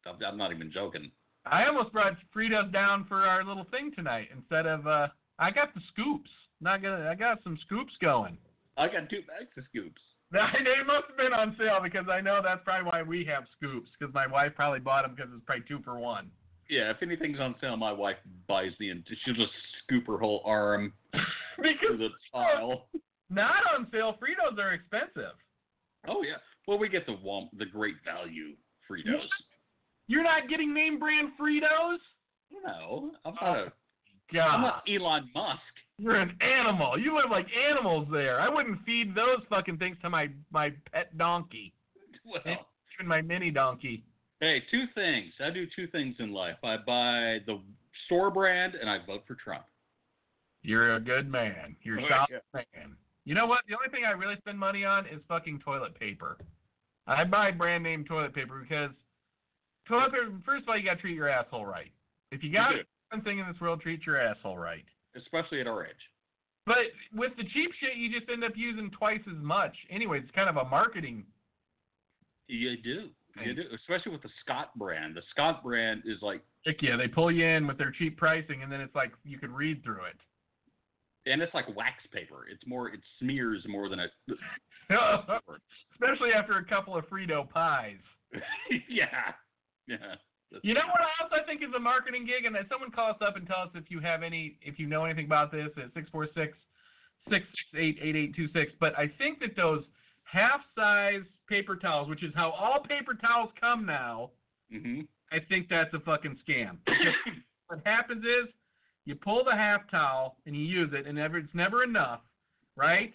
I'm, I'm not even joking. I almost brought Fritos down for our little thing tonight instead of uh, I got the scoops. Not gonna. I got some scoops going. I got two bags of scoops. They must have been on sale because I know that's probably why we have scoops because my wife probably bought them because it's probably two for one. Yeah, if anything's on sale, my wife buys the. ent- She'll just scoop her whole arm through because the aisle. not on sale, Fritos are expensive. Oh yeah. Well, we get the Wal- the great value Fritos. You're not getting name brand Fritos? No, I'm not. A, God. I'm not Elon Musk. You're an animal. You live like animals there. I wouldn't feed those fucking things to my, my pet donkey, Well, even my mini donkey. hey, two things. I do two things in life. I buy the store brand and I vote for Trump. You're a good man. You're a Oh, solid man. You know what? The only thing I really spend money on is fucking toilet paper. I buy brand name toilet paper because toilet paper, first of all, you got to treat your asshole right. If you You got do, one thing in this world, treat your asshole right. especially at our age. But with the cheap shit, you just end up using twice as much. Anyway, it's kind of a marketing. You do. You Thanks. do, especially with the Scott brand. The Scott brand is like, Heck yeah, they pull you in with their cheap pricing, and then it's like you could read through it. and it's like wax paper. It's more, it smears more than a. Especially after a couple of Frito pies. yeah, yeah. That's- You know what else I think is a marketing gig, and that someone call us up and tell us if you have any, if you know anything about this at 646-668-8826. But I think that those half-size paper towels, which is how all paper towels come now, Mhm. I think that's a fucking scam. Because what happens is you pull the half towel and you use it, and never, it's never enough, right?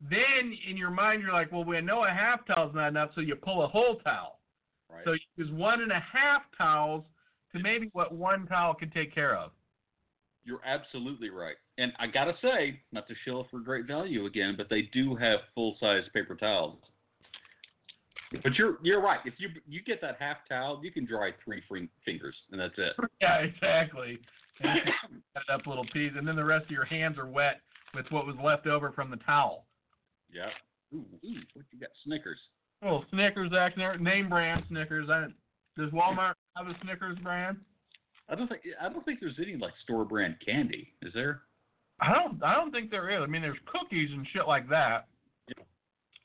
Then in your mind you're like, well, we know a half towel's not enough, so you pull a whole towel. Right. So you use one and a half towels to maybe what one towel could take care of. You're absolutely right. And I gotta say, not to shill for great value again, but they do have full size paper towels. But you're you're right. If you you get that half towel, you can dry three fing- fingers, and that's it. Yeah, exactly. And you cut it up little pieces, and then the rest of your hands are wet with what was left over from the towel. yeah. Ooh, ooh, what you got? Snickers. Oh, Snickers, action, name brand Snickers. I, does Walmart have a Snickers brand? I don't think I don't think there's any like store brand candy, is there? I don't I don't think there is. I mean, there's cookies and shit like that. Yeah.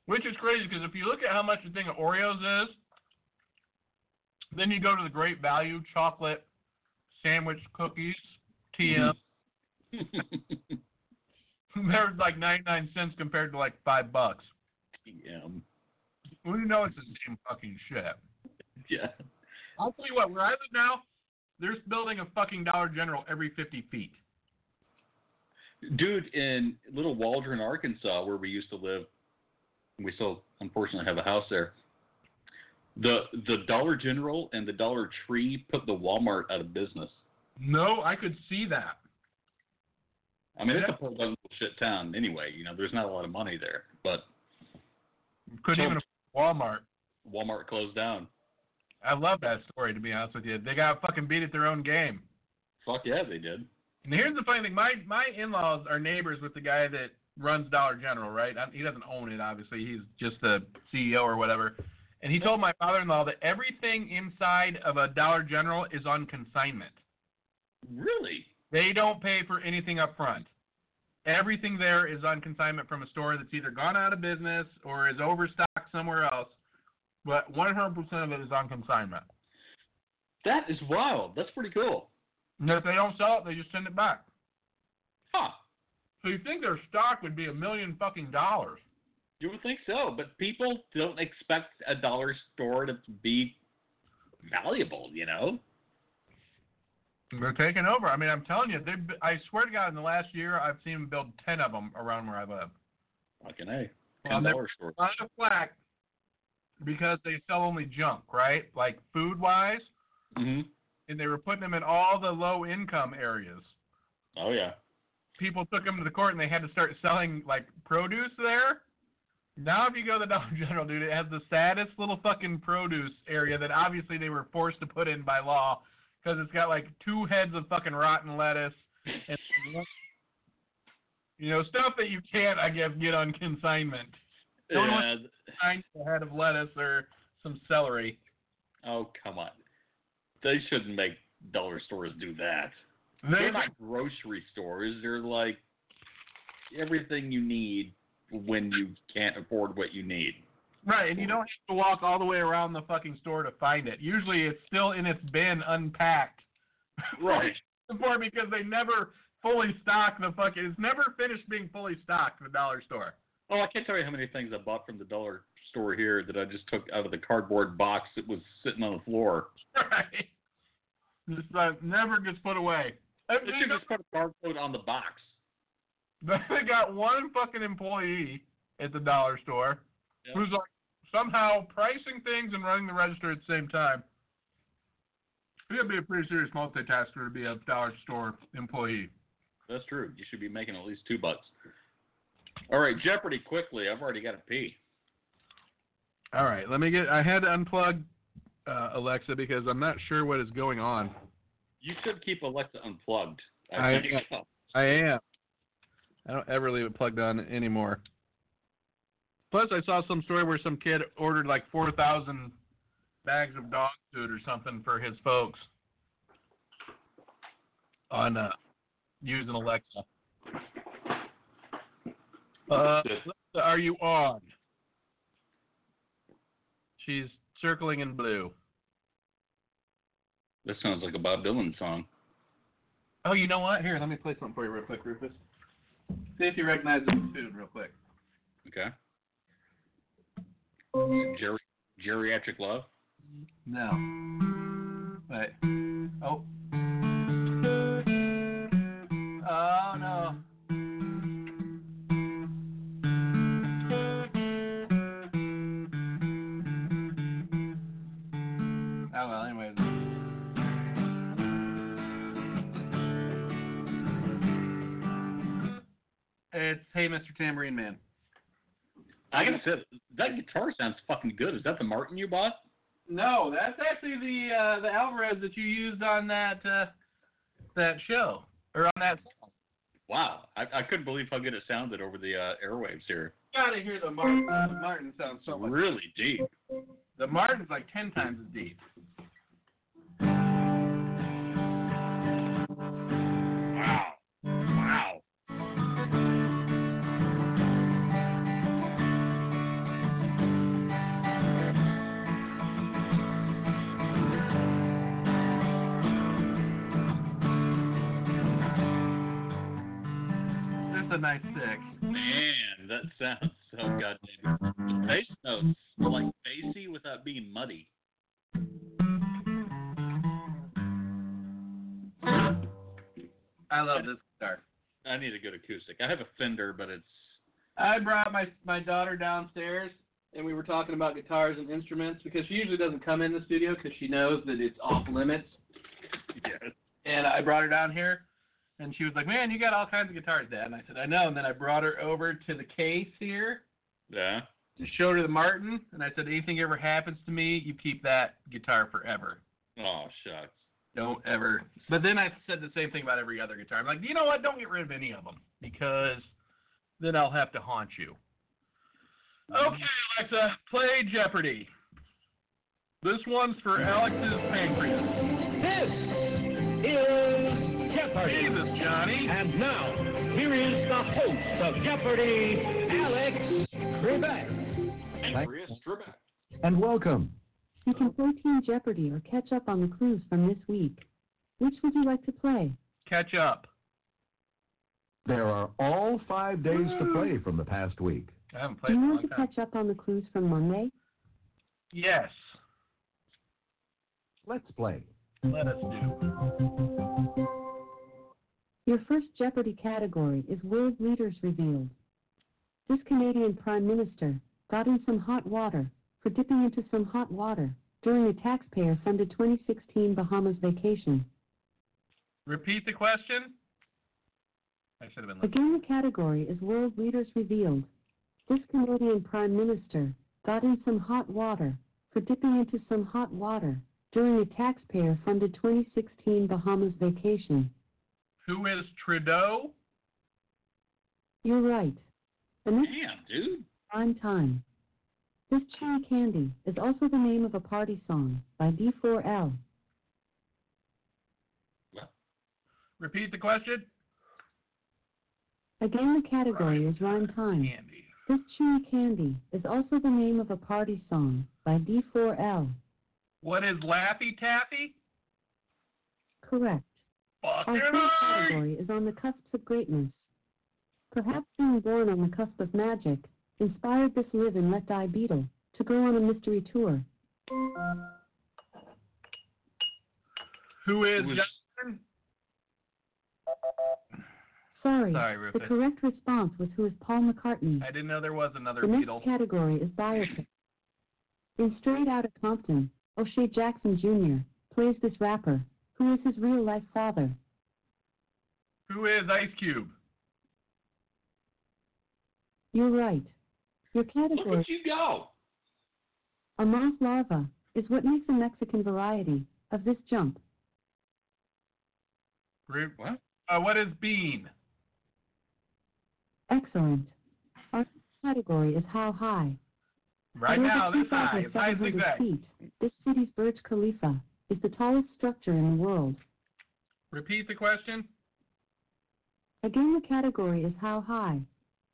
Which is crazy because if you look at how much a thing of Oreos is, then you go to the great value chocolate sandwich cookies, TM. They're like 99 cents compared to like five bucks. TM. Well, you know it's the same fucking shit. Yeah. I'll tell you what, where I live now, there's building a fucking Dollar General every 50 feet. dude in little waldron arkansas where we used to live we still unfortunately have a house there the the dollar general and the dollar tree put the walmart out of business No, I could see that. i mean it's a poor little shit town anyway you know there's not a lot of money there but Couldn't even afford Walmart. walmart closed down I love that story, to be honest with you. They got fucking beat at their own game. fuck yeah they did And here's the funny thing: my my in-laws are neighbors with the guy that runs Dollar General, right? I- He doesn't own it, obviously. He's just the CEO or whatever. And he told my father-in-law that everything inside of a Dollar General is on consignment. really They don't pay for anything up front. Everything there is on consignment from a store that's either gone out of business or is overstocked somewhere else. But 100% of it is on consignment. that is wild that's pretty cool And if they don't sell it, they just send it back. huh So you think their stock would be a million fucking dollars? you would think so but people don't expect a dollar store to be valuable you know They're taking over. I mean, I'm telling you, they. I swear to God, in the last year, I've seen them build ten of them around where I live. fucking a Well, ten they're- dollar store A lot of flack because they sell only junk, right? Like food wise, Mm-hmm. hmm and they were putting them in all the low income areas. oh yeah People took them to the court, and they had to start selling like produce there. Now, if you go to the Dollar General, dude, it has the saddest little fucking produce area that obviously they were forced to put in by law because it's got like two heads of fucking rotten lettuce and you know stuff that you can't, I guess, get on consignment. Don't Yeah. th- Find a head of lettuce or some celery. Oh come on. They shouldn't make dollar stores do that. They They're not grocery stores. They're like everything you need when you can't afford what you need. right, and you don't have to walk all the way around the fucking store to find it. Usually, it's still in its bin, unpacked. before because they never fully stock the fucking. It's never finished being fully stocked. The dollar store. Oh, I can't tell you how many things I bought from the dollar store here that I just took out of the cardboard box that was sitting on the floor. Right. Just uh, never gets put away. I They mean, should just put a barcode on the box. they got one fucking employee at the dollar store Yeah. who's like somehow pricing things and running the register at the same time. He'd be a pretty serious multitasker to be a dollar store employee. That's true. You should be making at least two bucks. All right, Jeopardy quickly. I've already got to pee. All right, let me get. I had to unplug uh, Alexa because I'm not sure what is going on. You should keep Alexa unplugged. I- think. I am. I don't ever leave it plugged on anymore. Plus, I saw some story where some kid ordered like 4,000 bags of dog food or something for his folks on uh, using Alexa. Uh, Alexa, are you on? She's circling in blue. This sounds like a Bob Dylan song. Oh, you know what? Here, let me play something for you real quick, Rufus. See if you recognize this tune real quick. Okay. Ger- geriatric love. No. Wait. Oh. Oh no. Oh well. Anyways. It's Hey Mr. Tambourine Man. I gotta say, that guitar sounds fucking good. Is that the Martin you bought? No, that's actually the uh, the Alvarez that you used on that uh, that show or on that. Song. Wow, I, I couldn't believe how good it sounded over the uh, airwaves here. Gotta hear the Martin. The Martin sounds so much. Really deep. The Martin's like ten times as deep. Wow. Wow. That's a nice stick. Man, that sounds so goddamn. Bass notes were like bassy without being muddy. I love this guitar. I need a good acoustic. I have a Fender, but it's I brought my my daughter downstairs and we were talking about guitars and instruments because she usually doesn't come in the studio because she knows that it's off limits. yeah. and I brought her down here, and she was like, "Man, you got all kinds of guitars, Dad." And I said, "I know." And then I brought her over to the case here Yeah. and showed her the Martin, and I said, "Anything ever happens to me, you keep that guitar forever. Oh shucks. Don't ever." But then I said the same thing about every other guitar. I'm like, "You know what? Don't get rid of any of them because then I'll have to haunt you." Okay, Alexa, play Jeopardy. This one's for Alex's pancreas. This is Jeopardy! Jesus, Johnny. And now, here is the host of Jeopardy, Alex Trebek. Andreas Trebek. and welcome. You can play Team Jeopardy or catch up on the clues from this week. Which would you like to play? Catch up. There are all five days to play from the past week. I haven't Do played in you a want long to time. catch up on the clues from Monday? Yes. Let's play. Let us do. Your first Jeopardy category is World Leaders Revealed. This Canadian Prime Minister got in some hot water for dipping into some hot water during a taxpayer funded 2016 Bahamas vacation. Repeat the question. I should have been listening. Again, the category is World Leaders Revealed. This Canadian Prime Minister got in some hot water for dipping into some hot water during a taxpayer funded 2016 Bahamas vacation. Who is Trudeau? You're right. The next Damn, dude. prime time. This Cherry Candy is also the name of a party song by D4L. Repeat the question. Again, the category is rhyme time. Andy. This Cherry Candy is also the name of a party song by D4L. What is Laffy Taffy? Correct. Our Fucking third right. category is on the cusps of greatness. Perhaps being born on the cusp of magic inspired this live and let die beetle to go on a mystery tour. Who is Who is- Justin? Sorry, Sorry, the Rufus. correct response was who is Paul McCartney. I didn't know there was another The Beatle. next category is biopic. In Straight Outta Compton, O'Shea Jackson Jr. plays this rapper, who is his real life father. Who is Ice Cube? You're right. Your Look category at you go. A Mars larva is what makes a Mexican variety of this jump. Root. What? Uh, what is bean? Excellent. Our category is how high. Right Another now, that's high. 2,700 It's high as we go. feet. This city's Burj Khalifa is the tallest structure in the world. Repeat the question. Again, the category is how high.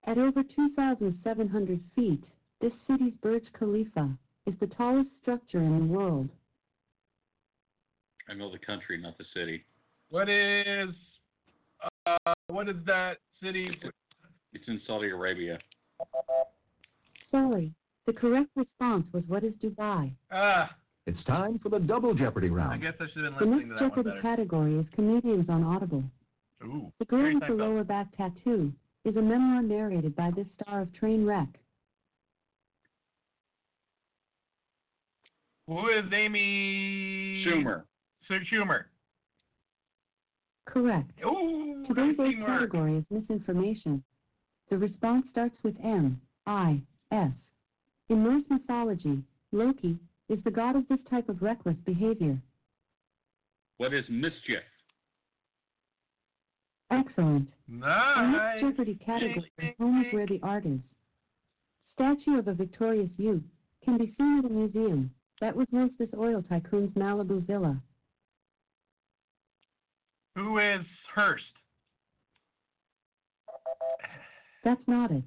At over 2,700 feet, this city's Burj Khalifa is the tallest structure in the world. I know the country, not the city. What is uh, what is that city? It's in Saudi Arabia. Sorry, the correct response was what is Dubai? Ah, It's time for the double Jeopardy I round. guess I should have The been listening next to that one Jeopardy better. category is comedians on Audible. Ooh, The Girl Harry with the Seinfeld. Lower Back Tattoo is a memoir narrated by this star of Trainwreck. Who is Amy Schumer. So Schumer. Correct. Ooh, Today's nice eighth teamwork. category is misinformation. The response starts with M, I, S. In Norse mythology, Loki is the god of this type of reckless behavior. What is mischief? Excellent. The next Nice. Jeopardy category is home is where the art is. Statue of a victorious youth can be seen at a museum that was once this oil tycoon's Malibu villa. Who is Hearst? That's not it.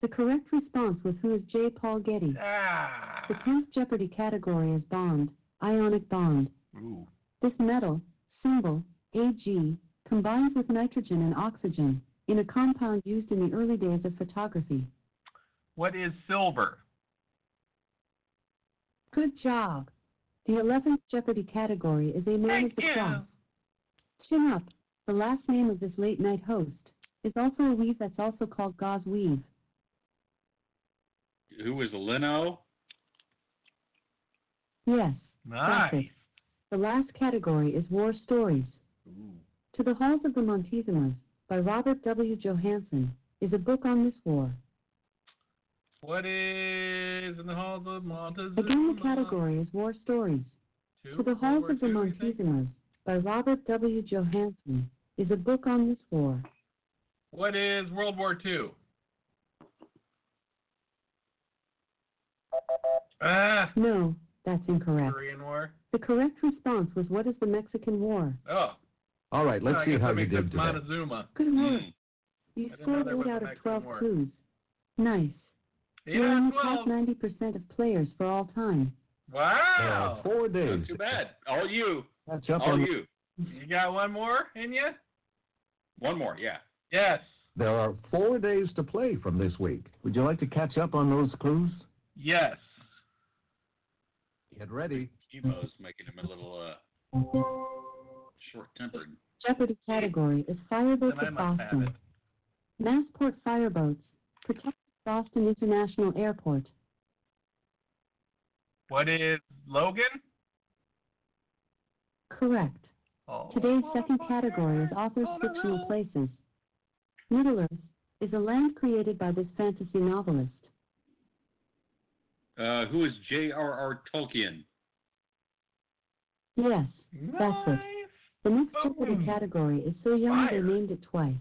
The correct response was who is J. Paul Getty. Ah. The 10th Jeopardy category is bond, ionic bond. Ooh. This metal, symbol Ag, combines with nitrogen and oxygen in a compound used in the early days of photography. What is silver? Good job. The 11th Jeopardy category is a man of Thank the you. cloth. Chin up. The last name of this late night host is also a weave that's also called gauze weave. Who is Leno? Yes. Nice. Classic. The last category is war stories. To the Halls of the Montesinos by Robert W. Johansen is a book on this war. What is in the halls of Montezuma? Again, the category is war stories. Two, To the World Halls War of the Two, you think? Montesinos by Robert W. Johansen is a book on this war. What is World War II? Ah, No, that's incorrect. Korean War. The correct response was What is the Mexican War? Oh, All right, let's I see guess how that you makes did sense. today. Montezuma. Good work. Mm. You Hmm. I didn't know scored there was 8 a out of Mexican 12 War. clues. Nice. Yeah, You're in the well, top 90% of players for all time. There are Wow. four days. Not too bad. All you. That's up All on- you. You got one more in you? One more, yeah. Yes. There are four days to play from this week. Would you like to catch up on those clues? Yes. Get ready. Chemo's making him a little uh, short tempered. Jeopardy category is Fireboats Then I of must have Boston. Massport fireboats protect Boston International Airport. What is Logan? Correct. Oh. Today's second category is authors' fictional places. Middle Earth is a land created by this fantasy novelist. Uh, who is J.R.R. Tolkien? Yes, that's it. Nice. The next Jeopardy Boom. category is so young they Fire. named it twice.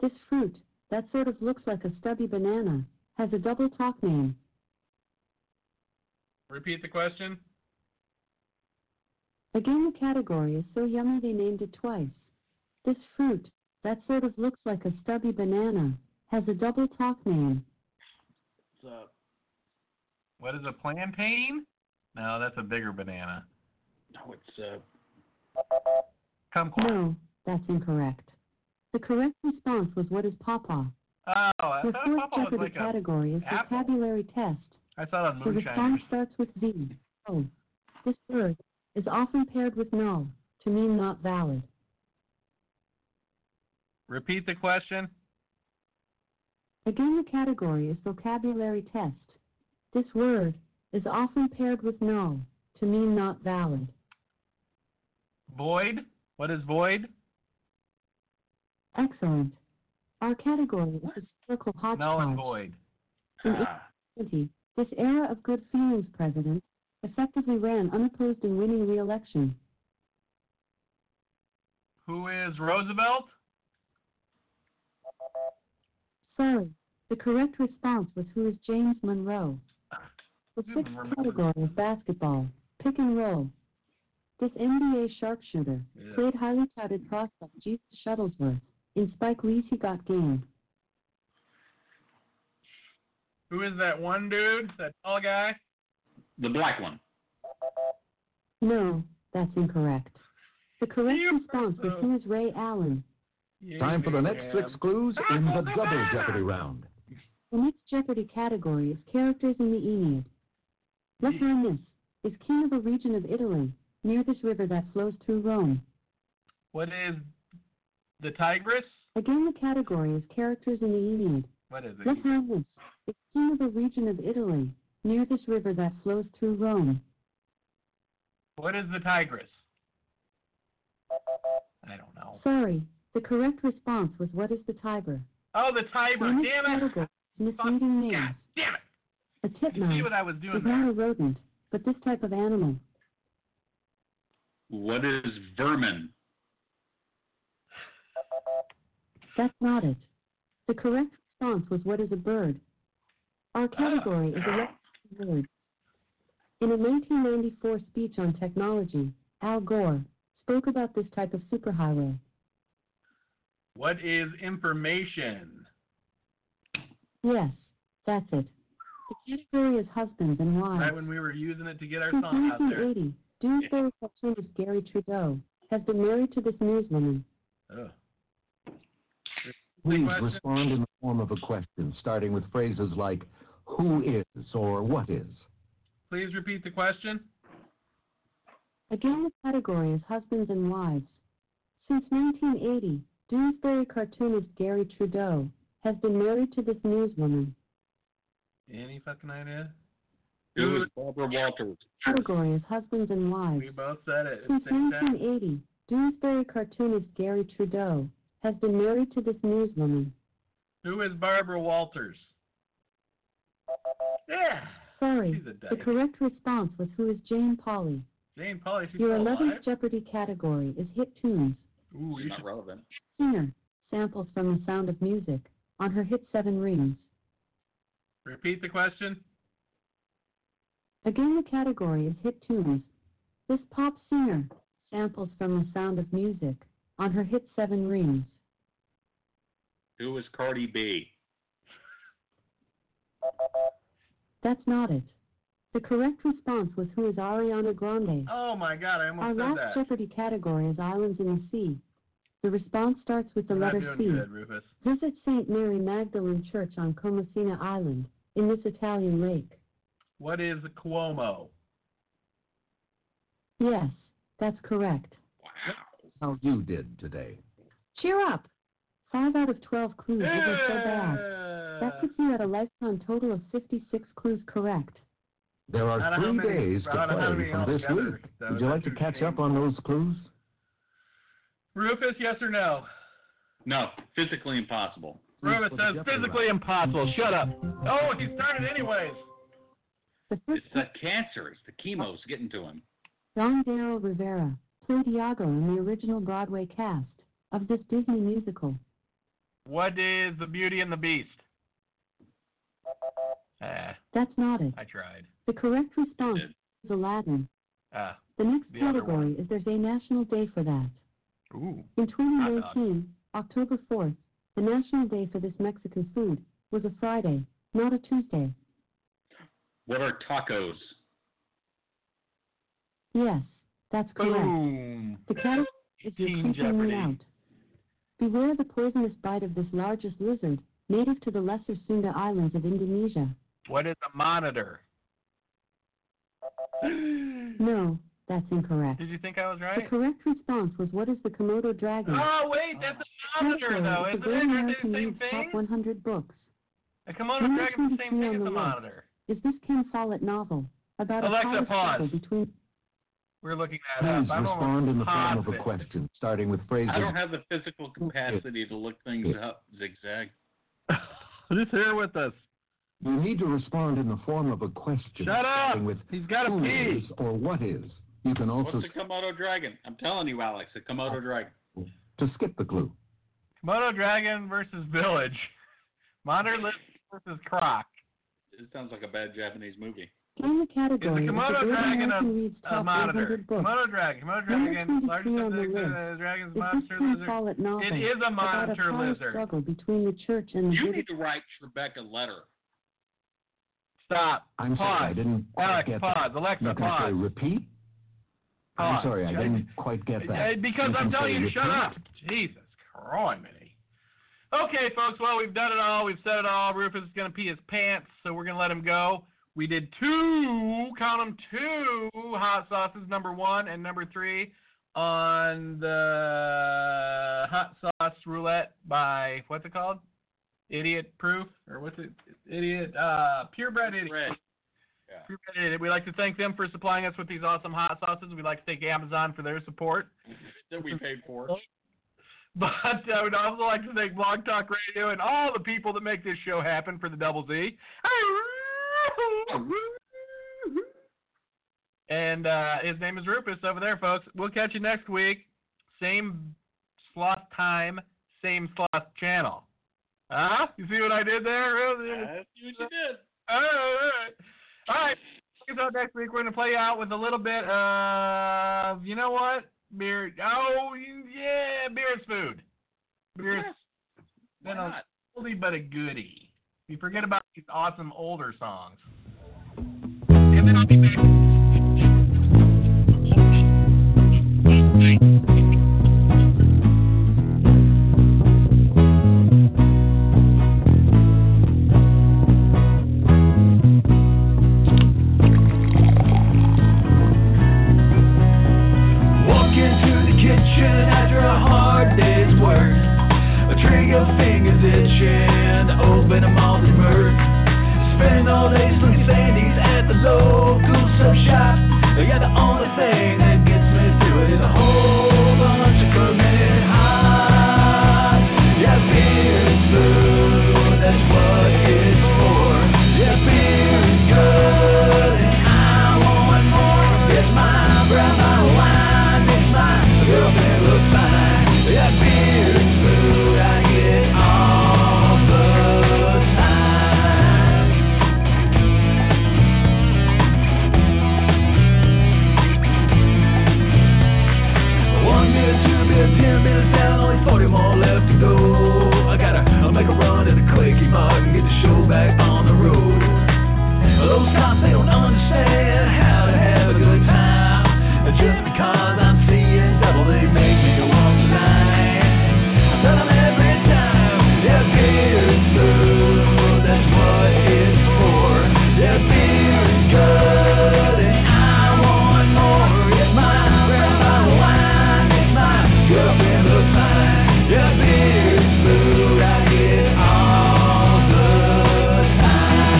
This fruit, that sort of looks like a stubby banana, has a double talk name. Repeat the question. Again, the category is so yummy they named it twice. This fruit, that sort of looks like a stubby banana, has a double talk name. What is a plantain? No, that's a bigger banana. No, it's uh, Kumquat. No, that's incorrect. The correct response was what is pawpaw? Oh, I thought The fourth Papa was Jeopardy like a. category is apple. vocabulary test. I thought on The moonshine. response starts with V. Oh. This word is often paired with null to mean not valid. Repeat the question. Again, the category is vocabulary test. This word is often paired with null to mean not valid. Void. What is void? Excellent. Our category is historical Null and hodgepodge. void. In Ah, 1820, this era of good feelings president effectively ran unopposed in winning re-election. Who is Roosevelt? Sorry. The correct response was who is James Monroe. The sixth category is basketball, pick and roll. This NBA sharpshooter played highly touted prospect Jesus Shuttlesworth. In Spike Lee's He Got Game. Who is that one dude? That tall guy? The black one. No, that's incorrect. The correct You response was who is Ray Allen. Time for the next six clues in the double Jeopardy round. The next Jeopardy category is characters in the E Aeneid. Locrinus is king of a region of Italy, near this river that flows through Rome. What is the Tigress? Again, the category is characters in the E Aeneid. What is it? Locrinus is king of a region of Italy, near this river that flows through Rome. What is the Tigress? I don't know. Sorry, the correct response was what is the Tiber? Oh, the Tiber. In this Damn it. category, misleading names. Damn it. A You see titmouse what I was doing is there. not a rodent, but this type of animal. What is vermin? That's not it. The correct response was what is a bird? Ah. Our category is a word. In a 1994 speech on technology, Al Gore spoke about this type of superhighway. What is information? Yes, that's it. The category is husbands and Right wives. when we were using it to get our Since song out there. 1980, doomsday receptionist Gary Trudeau has been married to this newswoman. Ugh. Please question. respond in the form of a question, starting with phrases like who is or what is. Please repeat the question. Again, the category is husbands and wives. Since 1980, Doonesbury cartoonist Gary Trudeau has been married to this newswoman. Any fucking idea? It was Barbara Walters. Category is husbands and wives. We both said it. at the Since same time. 1980, Doonesbury cartoonist Gary Trudeau has been married to this newswoman. Who is Barbara Walters? Yeah. Sorry, She's a the dyke. correct response was who is Jane Polly. Jane Polly, she's Your still alive. 11th Jeopardy category is hit tunes. Ooh, you Not should. relevant. Singer samples from the sound of music on her hit Seven Rings. Repeat the question. Again, the category is hit tunes. This pop singer samples from the sound of music on her hit Seven Rings. Who is Cardi B? That's not it. The correct response was who is Ariana Grande. Oh my God, I Our almost said last that. Jeopardy category is Islands in the Sea. The response starts with the You're letter not C. doing good, Rufus. Visit St. Mary Magdalene Church on Comacina Island in this Italian lake. What is Cuomo? Yes, that's correct. How you did today. Cheer up! Five out of 12 clues isn't so bad. That Yeah. puts you at a lifetime total of 56 clues correct. There I are don't know three how many- days to I don't know how play many from this altogether, week. so Would you like to that's catch up on those clues? Rufus, yes or no? No, physically impossible. Well, Rufus says definitely physically impossible. Shut up. Oh, he started anyways. The first It's that cancer. It's the chemo's getting to him. Don Darryl Rivera played Iago in the original Broadway cast of this Disney musical. What is the Beauty and the Beast? Ah, That's not it. I tried. The correct response Good. is Aladdin. Ah, The next The other category is there's a national day for that. ooh. In 2019, October 4th, the national day for this Mexican food was a Friday, not a Tuesday. What are tacos? Yes, that's correct. Boom. The cat is your Teen creeping me Jeopardy. out. Beware the poisonous bite of this largest lizard, native to the lesser Sunda Islands of Indonesia. What is a monitor? Did No, that's incorrect. you think I was The right? correct response was what is the Komodo dragon? Oh, wait, that's a monitor, Naturally, though, it's a isn't great it? Aren't they American the same League top thing? 100 books. A Who Komodo is dragon's the going to same be thing on as the a list? monitor. Is this Ken Follett novel about Alexa, a college pause. struggle between? We're looking that Please up. I'm respond in the form of a positive. question, starting with phrases. I don't have the physical capacity to look things up, zigzag. Who's here with us? You need to respond in the form of a question, Shut up! starting with He's got a who pee. is or what is. You can also What's a Komodo dragon? I'm telling you, Alex, a Komodo dragon. to skip the clue. Komodo Dragon versus Village. Monitor Lip versus Croc. It sounds like a bad Japanese movie. Name the category. Is the of Komodo Great Dragon American Reads A Top Uh, monitor. 100 Books. Komodo Dragon. Komodo Number Dragon. Largest of 23 on the the uh, dragon's Does this monster time lizard. fall at novel? It is a about a monitor power lizard. struggle between the church and the You British need to write Trebek a letter. Stop. I'm sorry, I pause. didn't quite Alex, get that. pause. Alexa, You can say pause. repeat? I'm Pause. sorry, I Shut- didn't quite get Uh, that. Because You can I'm telling say you, to shut repeat? up. Jesus Christ, Minnie. Okay, folks. Well, we've done it all. We've said it all. Rufus is going to pee his pants, so we're going to let him go. We did two, count 'em, two hot sauces, number one and number three, on the hot sauce roulette by, what's it called? Idiot Proof? Or what's it? Idiot, uh, Purebred Idiot. Fred, Appreciate it. We'd like to thank them for supplying us with these awesome hot sauces. We'd like to thank Amazon for their support. that we paid for. But I would also like to thank Blog Talk Radio and all the people that make this show happen for the double Z. And uh, his name is Rufus over there, folks. We'll catch you next week. Same slot time, same slot channel. Huh? You see what I did there? That's what you did. All right. All right. Check us out next week. We're going to play out with a little bit of, you know what? Beer. Oh, yeah. Beer is food. Beer is Why been a not? oldie but a goodie. You forget about these awesome older songs. And then I'll be back. Walk into the kitchen after a hard day's work. A tray of fingers itching, open them all to murk. Spending all day sling sandies at the local sub shop. Yeah, the only thing that gets me through it is a whole bunch of burning hot. Yeah, beer is food, that's what it's for. Yeah, beer is good, and I want more. It's my breath, my wine, it's my girlfriend look fine. Yeah, beer is food, I get all the time. One minute, two minutes, ten minutes down, only 40 more left to go. I gotta I'll make a run at the quickie mug and get the show back on the road. Those cops, they don't understand how to have a good time. And just because I'm seeing double, they make me walk the line. I tell them every time, yeah, beer is food, that's what it's for. Yeah, beer is good, and I want more. It's my breath, my wine, it's my girlfriend looks fine. Yeah, beer is food, I get all the time.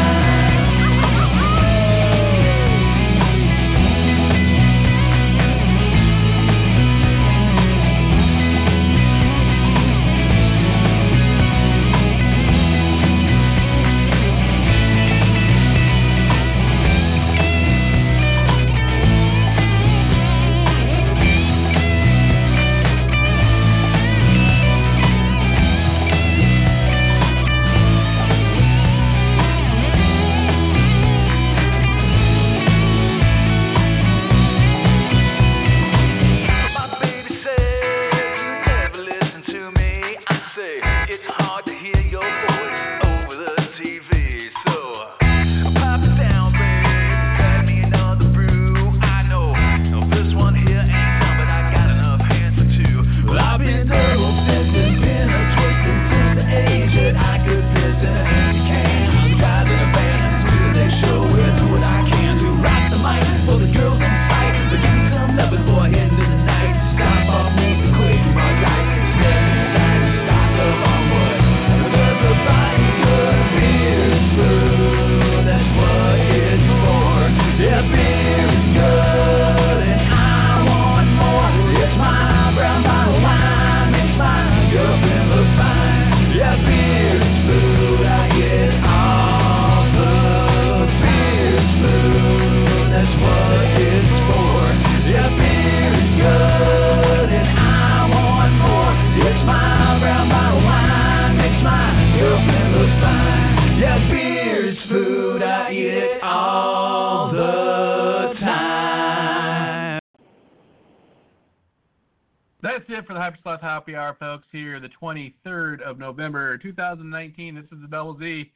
it for the Hypersloth Happy Hour, folks. Here, the 23rd of November, 2019. This is the Double Z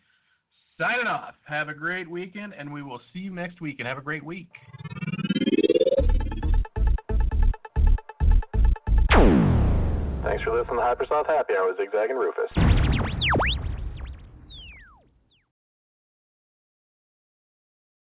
signing off. Have a great weekend, and we will see you next week. And have a great week. Thanks for listening to Hypersloth Happy Hour with Zigzag and Rufus.